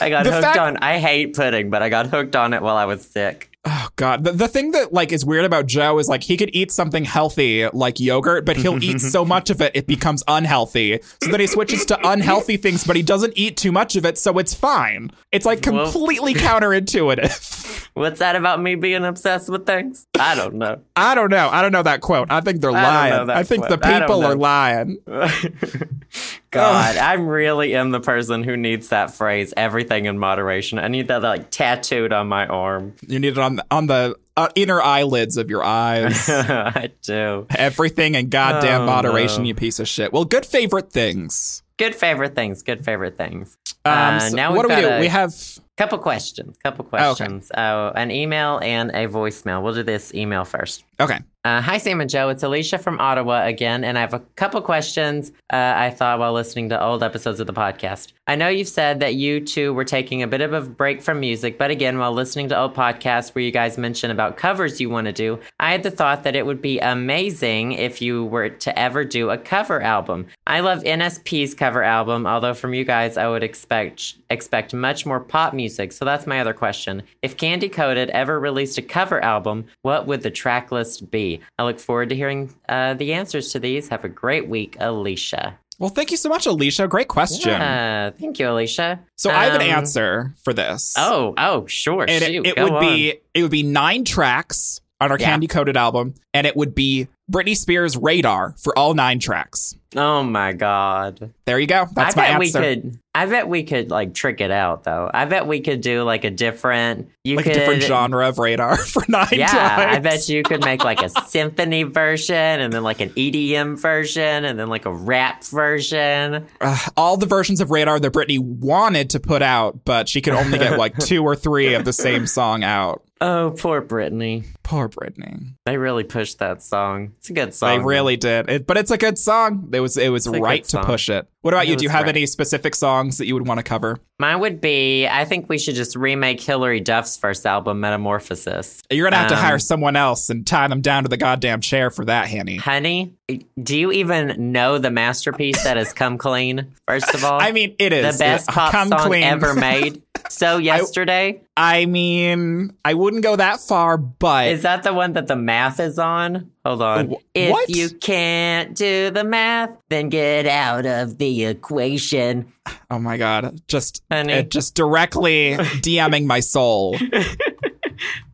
Speaker 1: I got
Speaker 2: The
Speaker 1: hooked
Speaker 2: fact-
Speaker 1: on. I hate pudding, but I got hooked on it while I was sick.
Speaker 2: oh God. The, the thing that like is weird about Joe is like he could eat something healthy like yogurt, but he'll eat so much of it it becomes unhealthy. So then he switches to unhealthy things, but he doesn't eat too much of it, so it's fine. It's like
Speaker 1: Well-
Speaker 2: completely counterintuitive.
Speaker 1: What's that about me being obsessed with things? I don't know.
Speaker 2: I don't know. I don't know that quote. I think they're
Speaker 1: don't know
Speaker 2: lying.
Speaker 1: that
Speaker 2: I, think
Speaker 1: quote.
Speaker 2: the
Speaker 1: I don't
Speaker 2: people
Speaker 1: know.
Speaker 2: are lying.
Speaker 1: God, I'm really am the person who needs that phrase "everything in moderation." I need that like tattooed on my arm.
Speaker 2: You need it on on the uh, inner eyelids of your eyes.
Speaker 1: I do.
Speaker 2: Everything in goddamn
Speaker 1: Oh,
Speaker 2: moderation,
Speaker 1: no.
Speaker 2: you piece of shit. Well, good favorite things.
Speaker 1: Good favorite things. Good favorite things.
Speaker 2: Um,
Speaker 1: Uh,
Speaker 2: so
Speaker 1: now
Speaker 2: what do
Speaker 1: we've
Speaker 2: we do?
Speaker 1: got a-
Speaker 2: We have
Speaker 1: Couple questions. Couple
Speaker 2: okay.
Speaker 1: questions. Uh, an email and a voicemail. We'll do this email first.
Speaker 2: okay.
Speaker 1: Uh, hi, Sam and Joe. It's Alicia from Ottawa again, and I have a couple questions uh, I thought while listening to old episodes of the podcast. I know you've said that you two were taking a bit of a break from music, but again, while listening to old podcasts where you guys mentioned about covers you want to do, I had the thought that it would be amazing if you were to ever do a cover album. I love NSP's cover cover album, although from you guys I would expect expect much more pop music. So that's my other question. If Candy Coated ever released a cover album, what would the track list be? I look forward to hearing uh, the answers to these. Have a great week, Alicia.
Speaker 2: Well, thank you so much, Alicia. Great question.
Speaker 1: Yeah, thank you, Alicia.
Speaker 2: So I have an
Speaker 1: Um,
Speaker 2: answer for this.
Speaker 1: Oh, oh, sure.
Speaker 2: and
Speaker 1: shoot,
Speaker 2: it, it
Speaker 1: go
Speaker 2: would
Speaker 1: on.
Speaker 2: be it would be nine tracks on our
Speaker 1: Yeah.
Speaker 2: candy coated album, and it would be Britney Spears Radar for all nine tracks.
Speaker 1: Oh my god.
Speaker 2: There you go.
Speaker 1: I
Speaker 2: That's my
Speaker 1: bet
Speaker 2: answer.
Speaker 1: we could. I bet we could like trick it out though. I bet we could do like a different. You
Speaker 2: like
Speaker 1: could
Speaker 2: a different genre of radar for nine
Speaker 1: Yeah,
Speaker 2: times.
Speaker 1: I bet you could make like a symphony version, and then like an EDM version, and then like a rap version.
Speaker 2: Ugh, all the versions of radar that Britney wanted to put out, but she could only get like two or three of the same song out.
Speaker 1: Oh, poor Brittany.
Speaker 2: Poor Britney.
Speaker 1: They really pushed that song. It's a good
Speaker 2: They
Speaker 1: song.
Speaker 2: really did. It, but it's a good song. It was it was
Speaker 1: a good
Speaker 2: right to
Speaker 1: song.
Speaker 2: push it. What about
Speaker 1: It
Speaker 2: you? Do you
Speaker 1: was
Speaker 2: have
Speaker 1: right.
Speaker 2: any specific songs that you would want to cover?
Speaker 1: Mine would be. I think we should just remake Hillary Duff's first album, Metamorphosis.
Speaker 2: You're gonna have to
Speaker 1: Um,
Speaker 2: hire someone else and tie them down to the goddamn chair for that, Hanny.
Speaker 1: Honey, do you even know the masterpiece that has come clean? First of all,
Speaker 2: I mean, it is
Speaker 1: the best
Speaker 2: It-
Speaker 1: pop
Speaker 2: come
Speaker 1: song
Speaker 2: clean.
Speaker 1: ever made. So yesterday,
Speaker 2: I mean, I wouldn't go that far, but
Speaker 1: is that the one that the math is on? Hold on.
Speaker 2: Wh-
Speaker 1: if
Speaker 2: what?
Speaker 1: you can't do the math, then get out of the equation.
Speaker 2: oh my god, just
Speaker 1: Honey.
Speaker 2: it just directly DMing my soul.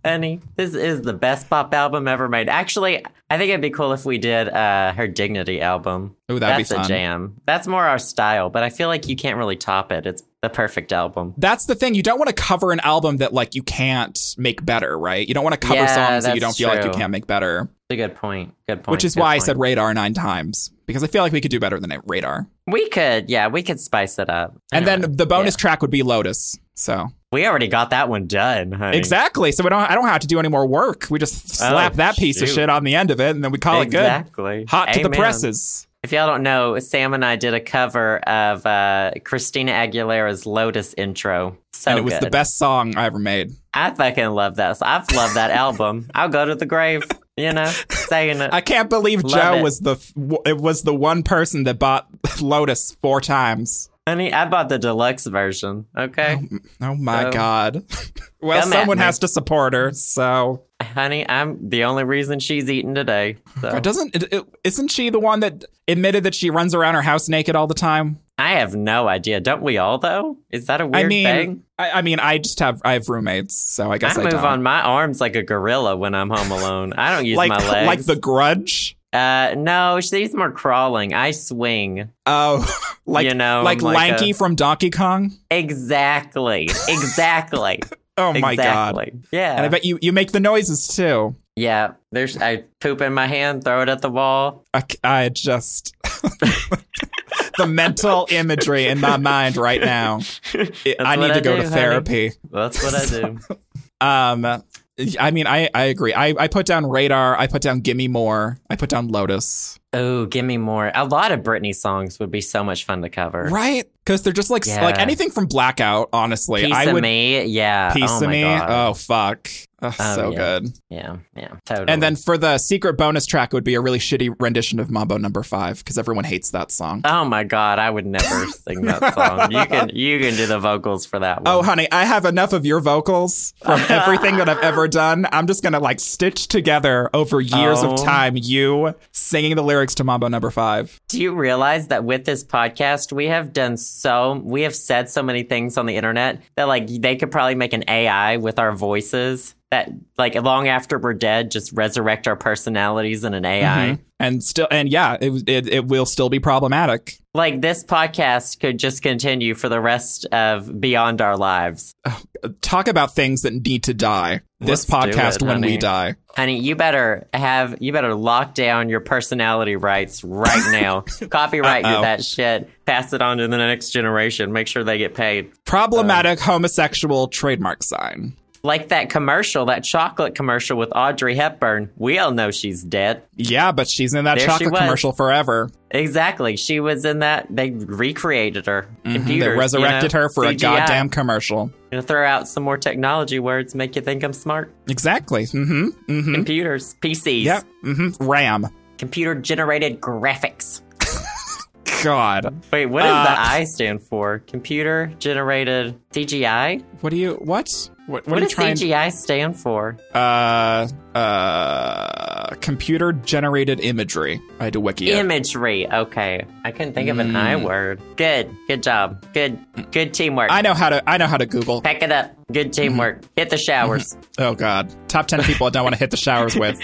Speaker 1: Honey, this is the best pop album ever made. Actually, I think it'd be cool if we did uh, her Dignity album.
Speaker 2: Ooh, that'd be
Speaker 1: That's a
Speaker 2: fun.
Speaker 1: jam. That's more our style, but I feel like you can't really top it. It's the perfect album.
Speaker 2: That's the thing. You don't want to cover an album that like you can't make better, right? You don't want to cover
Speaker 1: Yeah,
Speaker 2: songs that you don't
Speaker 1: that's
Speaker 2: feel like you
Speaker 1: true.
Speaker 2: can't make better,
Speaker 1: That's a good point. Good point.
Speaker 2: which is
Speaker 1: good
Speaker 2: why I
Speaker 1: point.
Speaker 2: said radar nine times because I feel like we could do better than radar.
Speaker 1: we could. Yeah, we could spice it up.
Speaker 2: And
Speaker 1: Anyway,
Speaker 2: then the bonus track would be Lotus. So
Speaker 1: we already got that one done. Honey.
Speaker 2: exactly. So we don't. I don't have to do any more work. We just slap that piece of
Speaker 1: Oh, shoot.
Speaker 2: shit on the end of it, and then we call it good.
Speaker 1: Exactly.
Speaker 2: Hot to the
Speaker 1: Amen.
Speaker 2: presses.
Speaker 1: If y'all don't know, Sam and I did a cover of uh, Christina Aguilera's Lotus intro. So
Speaker 2: and it was
Speaker 1: good.
Speaker 2: the best song I ever made.
Speaker 1: I fucking love that. So I've loved that album. I'll go to the grave, you know, saying it.
Speaker 2: I can't believe
Speaker 1: Love
Speaker 2: Joe
Speaker 1: it.
Speaker 2: was the f- w- it was the one person that bought Lotus four times.
Speaker 1: Honey, I bought the deluxe version. Okay.
Speaker 2: Oh my
Speaker 1: So,
Speaker 2: god. well,
Speaker 1: come at
Speaker 2: someone
Speaker 1: me.
Speaker 2: has to support her. So
Speaker 1: Honey, I'm the only reason she's eating today. So
Speaker 2: But doesn't it, it, isn't she the one that admitted that she runs around her house naked all the time?
Speaker 1: I have no idea. Don't we all, though? Is that a weird
Speaker 2: I mean,
Speaker 1: thing?
Speaker 2: I, I mean, I just have I have roommates, so I guess
Speaker 1: I
Speaker 2: I,
Speaker 1: move
Speaker 2: don't.
Speaker 1: on my arms like a gorilla when I'm home alone. I don't use
Speaker 2: like
Speaker 1: my legs.
Speaker 2: like the Grudge.
Speaker 1: Uh, no, she's more crawling. I swing.
Speaker 2: Oh, like
Speaker 1: You know,
Speaker 2: like,
Speaker 1: I'm like
Speaker 2: Lanky
Speaker 1: a-
Speaker 2: from Donkey Kong.
Speaker 1: Exactly. Exactly.
Speaker 2: Oh my god!
Speaker 1: exactly. Yeah.
Speaker 2: And I bet you you make the noises too.
Speaker 1: yeah. There's I poop in my hand, throw it at the wall.
Speaker 2: I, c- I just the mental imagery in my mind right now. It- I
Speaker 1: That's what
Speaker 2: need to
Speaker 1: I
Speaker 2: go
Speaker 1: do,
Speaker 2: to
Speaker 1: honey.
Speaker 2: therapy.
Speaker 1: That's what I do.
Speaker 2: Um, I mean, I I agree. I I put down Radar. I put down Gimme More. I put down Lotus.
Speaker 1: oh, give me more. A lot of Britney songs would be so much fun to cover.
Speaker 2: Right? Because they're just like
Speaker 1: Yeah.
Speaker 2: like anything from Blackout. Honestly,
Speaker 1: Piece
Speaker 2: I
Speaker 1: of
Speaker 2: would
Speaker 1: me. Yeah.
Speaker 2: piece
Speaker 1: oh
Speaker 2: of
Speaker 1: my
Speaker 2: me.
Speaker 1: God.
Speaker 2: Oh fuck. Ugh,
Speaker 1: Oh,
Speaker 2: so
Speaker 1: yeah.
Speaker 2: good.
Speaker 1: Yeah. Yeah. Totally.
Speaker 2: And then for the secret bonus track, it would be a really shitty rendition of Mambo Number Five because everyone hates that song.
Speaker 1: Oh my God! I would never sing that song. You can you can do the vocals for that one.
Speaker 2: Oh, honey, I have enough of your vocals from everything that I've ever done. I'm just gonna like stitch together over years
Speaker 1: Oh.
Speaker 2: of time you singing the lyrics to Mambo Number Five.
Speaker 1: Do you realize that with this podcast, we have done so, we have said so many things on the internet that like they could probably make an AI with our voices that like long after we're dead, just resurrect our personalities in an AI.
Speaker 2: Mhm. And still, and yeah, it, was- it it will still be problematic.
Speaker 1: Like this podcast could just continue for the rest of beyond our lives.
Speaker 2: Talk about things that need to die. This
Speaker 1: Let's do
Speaker 2: podcast
Speaker 1: it,
Speaker 2: when we
Speaker 1: honey.
Speaker 2: die.
Speaker 1: Honey, you better have, you better lock down your personality rights right now. Copyright
Speaker 2: Uh-oh.
Speaker 1: you that shit. Pass it on to the next generation. Make sure they get paid.
Speaker 2: Problematic homosexual trademark sign.
Speaker 1: Like that commercial, that chocolate commercial with Audrey Hepburn. We all know she's dead.
Speaker 2: Yeah, but she's in that
Speaker 1: There she
Speaker 2: chocolate
Speaker 1: was.
Speaker 2: commercial forever.
Speaker 1: Exactly. She was in that. They recreated her.
Speaker 2: Mm-hmm. They
Speaker 1: Computer.
Speaker 2: resurrected her for a goddamn commercial.
Speaker 1: Gonna throw out some more technology words, make you think I'm smart.
Speaker 2: Exactly. Mm-hmm. Mm-hmm.
Speaker 1: Computers, PCs,
Speaker 2: Yep. Mm-hmm. Ram.
Speaker 1: computer generated graphics.
Speaker 2: God.
Speaker 1: Wait, what does
Speaker 2: Uh,
Speaker 1: the I stand for? Computer generated CGI?
Speaker 2: What do you what? What, what,
Speaker 1: What
Speaker 2: are you
Speaker 1: does
Speaker 2: trying?
Speaker 1: CGI stand for?
Speaker 2: Uh, uh, computer generated imagery. I had to wiki it.
Speaker 1: Imagery. Okay. I couldn't think of an
Speaker 2: Mm.
Speaker 1: I word. Good. Good job. Good good teamwork.
Speaker 2: I know how to. I know how to Google.
Speaker 1: Pack it up. Good
Speaker 2: Mm-hmm.
Speaker 1: teamwork. Hit the showers.
Speaker 2: Oh God, top ten people I don't want to hit the showers with.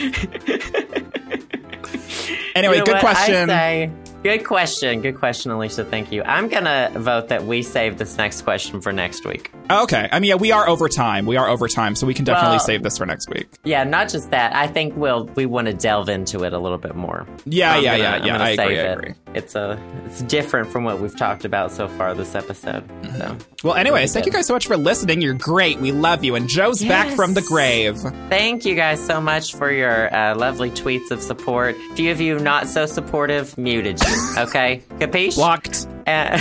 Speaker 2: Anyway,
Speaker 1: You know
Speaker 2: good
Speaker 1: what? I
Speaker 2: question.
Speaker 1: say- good question. Good question, Alicia. Thank you. I'm going to vote that we save this next question for next week.
Speaker 2: Okay, I mean, yeah, we are over time. We are over time, so we can definitely
Speaker 1: Well-
Speaker 2: save this for next week.
Speaker 1: Yeah, not just that. I think we'll we want to delve into it a little bit more.
Speaker 2: Oh, Yeah,
Speaker 1: I'm
Speaker 2: yeah,
Speaker 1: gonna-
Speaker 2: yeah,
Speaker 1: I'm
Speaker 2: yeah.
Speaker 1: gonna
Speaker 2: I agree.
Speaker 1: save
Speaker 2: I
Speaker 1: it.
Speaker 2: agree.
Speaker 1: It's a it's different from what we've talked about so far this episode.
Speaker 2: Mm-hmm.
Speaker 1: So
Speaker 2: Well, anyways, thank you guys so much for listening. You're great. We love you. And Joe's back
Speaker 1: Yes.
Speaker 2: from the grave.
Speaker 1: thank you guys so much for your uh, lovely tweets of support. Few of you not so supportive muted you. Okay, capiche?
Speaker 2: Blocked.
Speaker 1: Uh,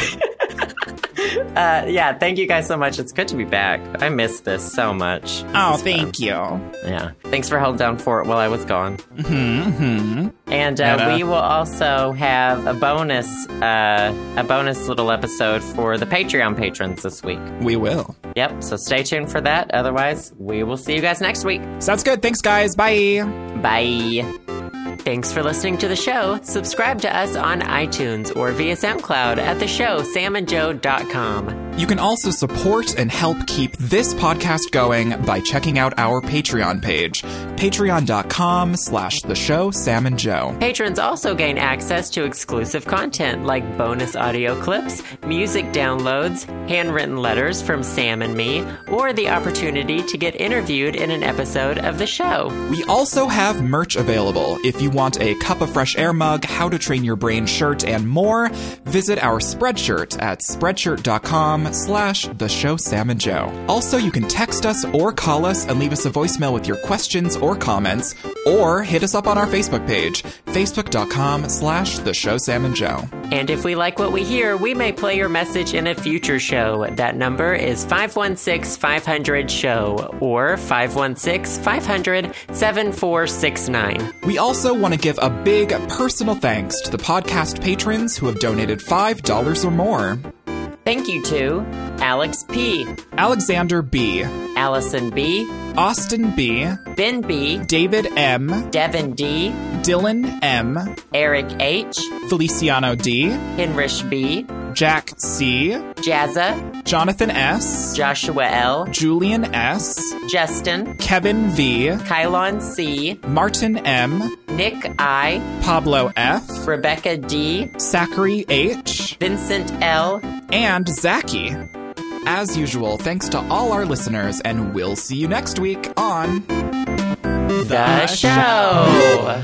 Speaker 1: uh, yeah, thank you guys so much. It's good to be back. I miss this so much.
Speaker 2: Oh, thank you.
Speaker 1: Yeah. Thanks for holding down for it while I was gone. Mm-hmm, And, uh,
Speaker 2: And, uh,
Speaker 1: we will also have a bonus, uh, a bonus little episode for the Patreon patrons this week.
Speaker 2: We will.
Speaker 1: Yep. So stay tuned for that. Otherwise, we will see you guys next week.
Speaker 2: Sounds good. Thanks, guys. Bye.
Speaker 1: Bye. Thanks for listening to the show. Subscribe to us on iTunes or via SoundCloud at the show samandjoe.com.
Speaker 2: You can also support and help keep this podcast going by checking out our Patreon page, patreon.com slash the show Sam and Joe.
Speaker 1: Patrons also gain access to exclusive content like bonus audio clips, music downloads, handwritten letters from Sam and me, or the opportunity to get interviewed in an episode of the show.
Speaker 2: We also have merch available. If you want a cup of fresh air mug, how to train your brain shirt, and more, visit our spreadshirt at spreadshirt.com slash the show Sam and Joe. Also, you can text us or call us and leave us a voicemail with your questions or comments, or hit us up on our Facebook page, facebook.com slash the show Sam and Joe.
Speaker 1: And if we like what we hear, we may play your message in a future show. That number is 516 500 SHOW or 516 500 7469.
Speaker 2: We also want to give a big personal thanks to the podcast patrons who have donated $5 or more.
Speaker 1: Thank you to Alex P.,
Speaker 2: Alexander B.,
Speaker 1: Allison B.,
Speaker 2: Austin B.,
Speaker 1: Ben B.,
Speaker 2: David M.,
Speaker 1: Devin D.,
Speaker 2: Dylan M.,
Speaker 1: Eric H.,
Speaker 2: Feliciano D.,
Speaker 1: Henrich B.,
Speaker 2: Jack C.,
Speaker 1: Jazza,
Speaker 2: Jonathan S.,
Speaker 1: Joshua L.,
Speaker 2: Julian S.,
Speaker 1: Justin,
Speaker 2: Kevin V.,
Speaker 1: Kylon C.,
Speaker 2: Martin M.,
Speaker 1: Nick I,
Speaker 2: Pablo F.,
Speaker 1: Rebecca D,
Speaker 2: Zachary H.,
Speaker 1: Vincent L.
Speaker 2: and Zachy. As usual, thanks to all our listeners, and we'll see you next week on
Speaker 1: The show.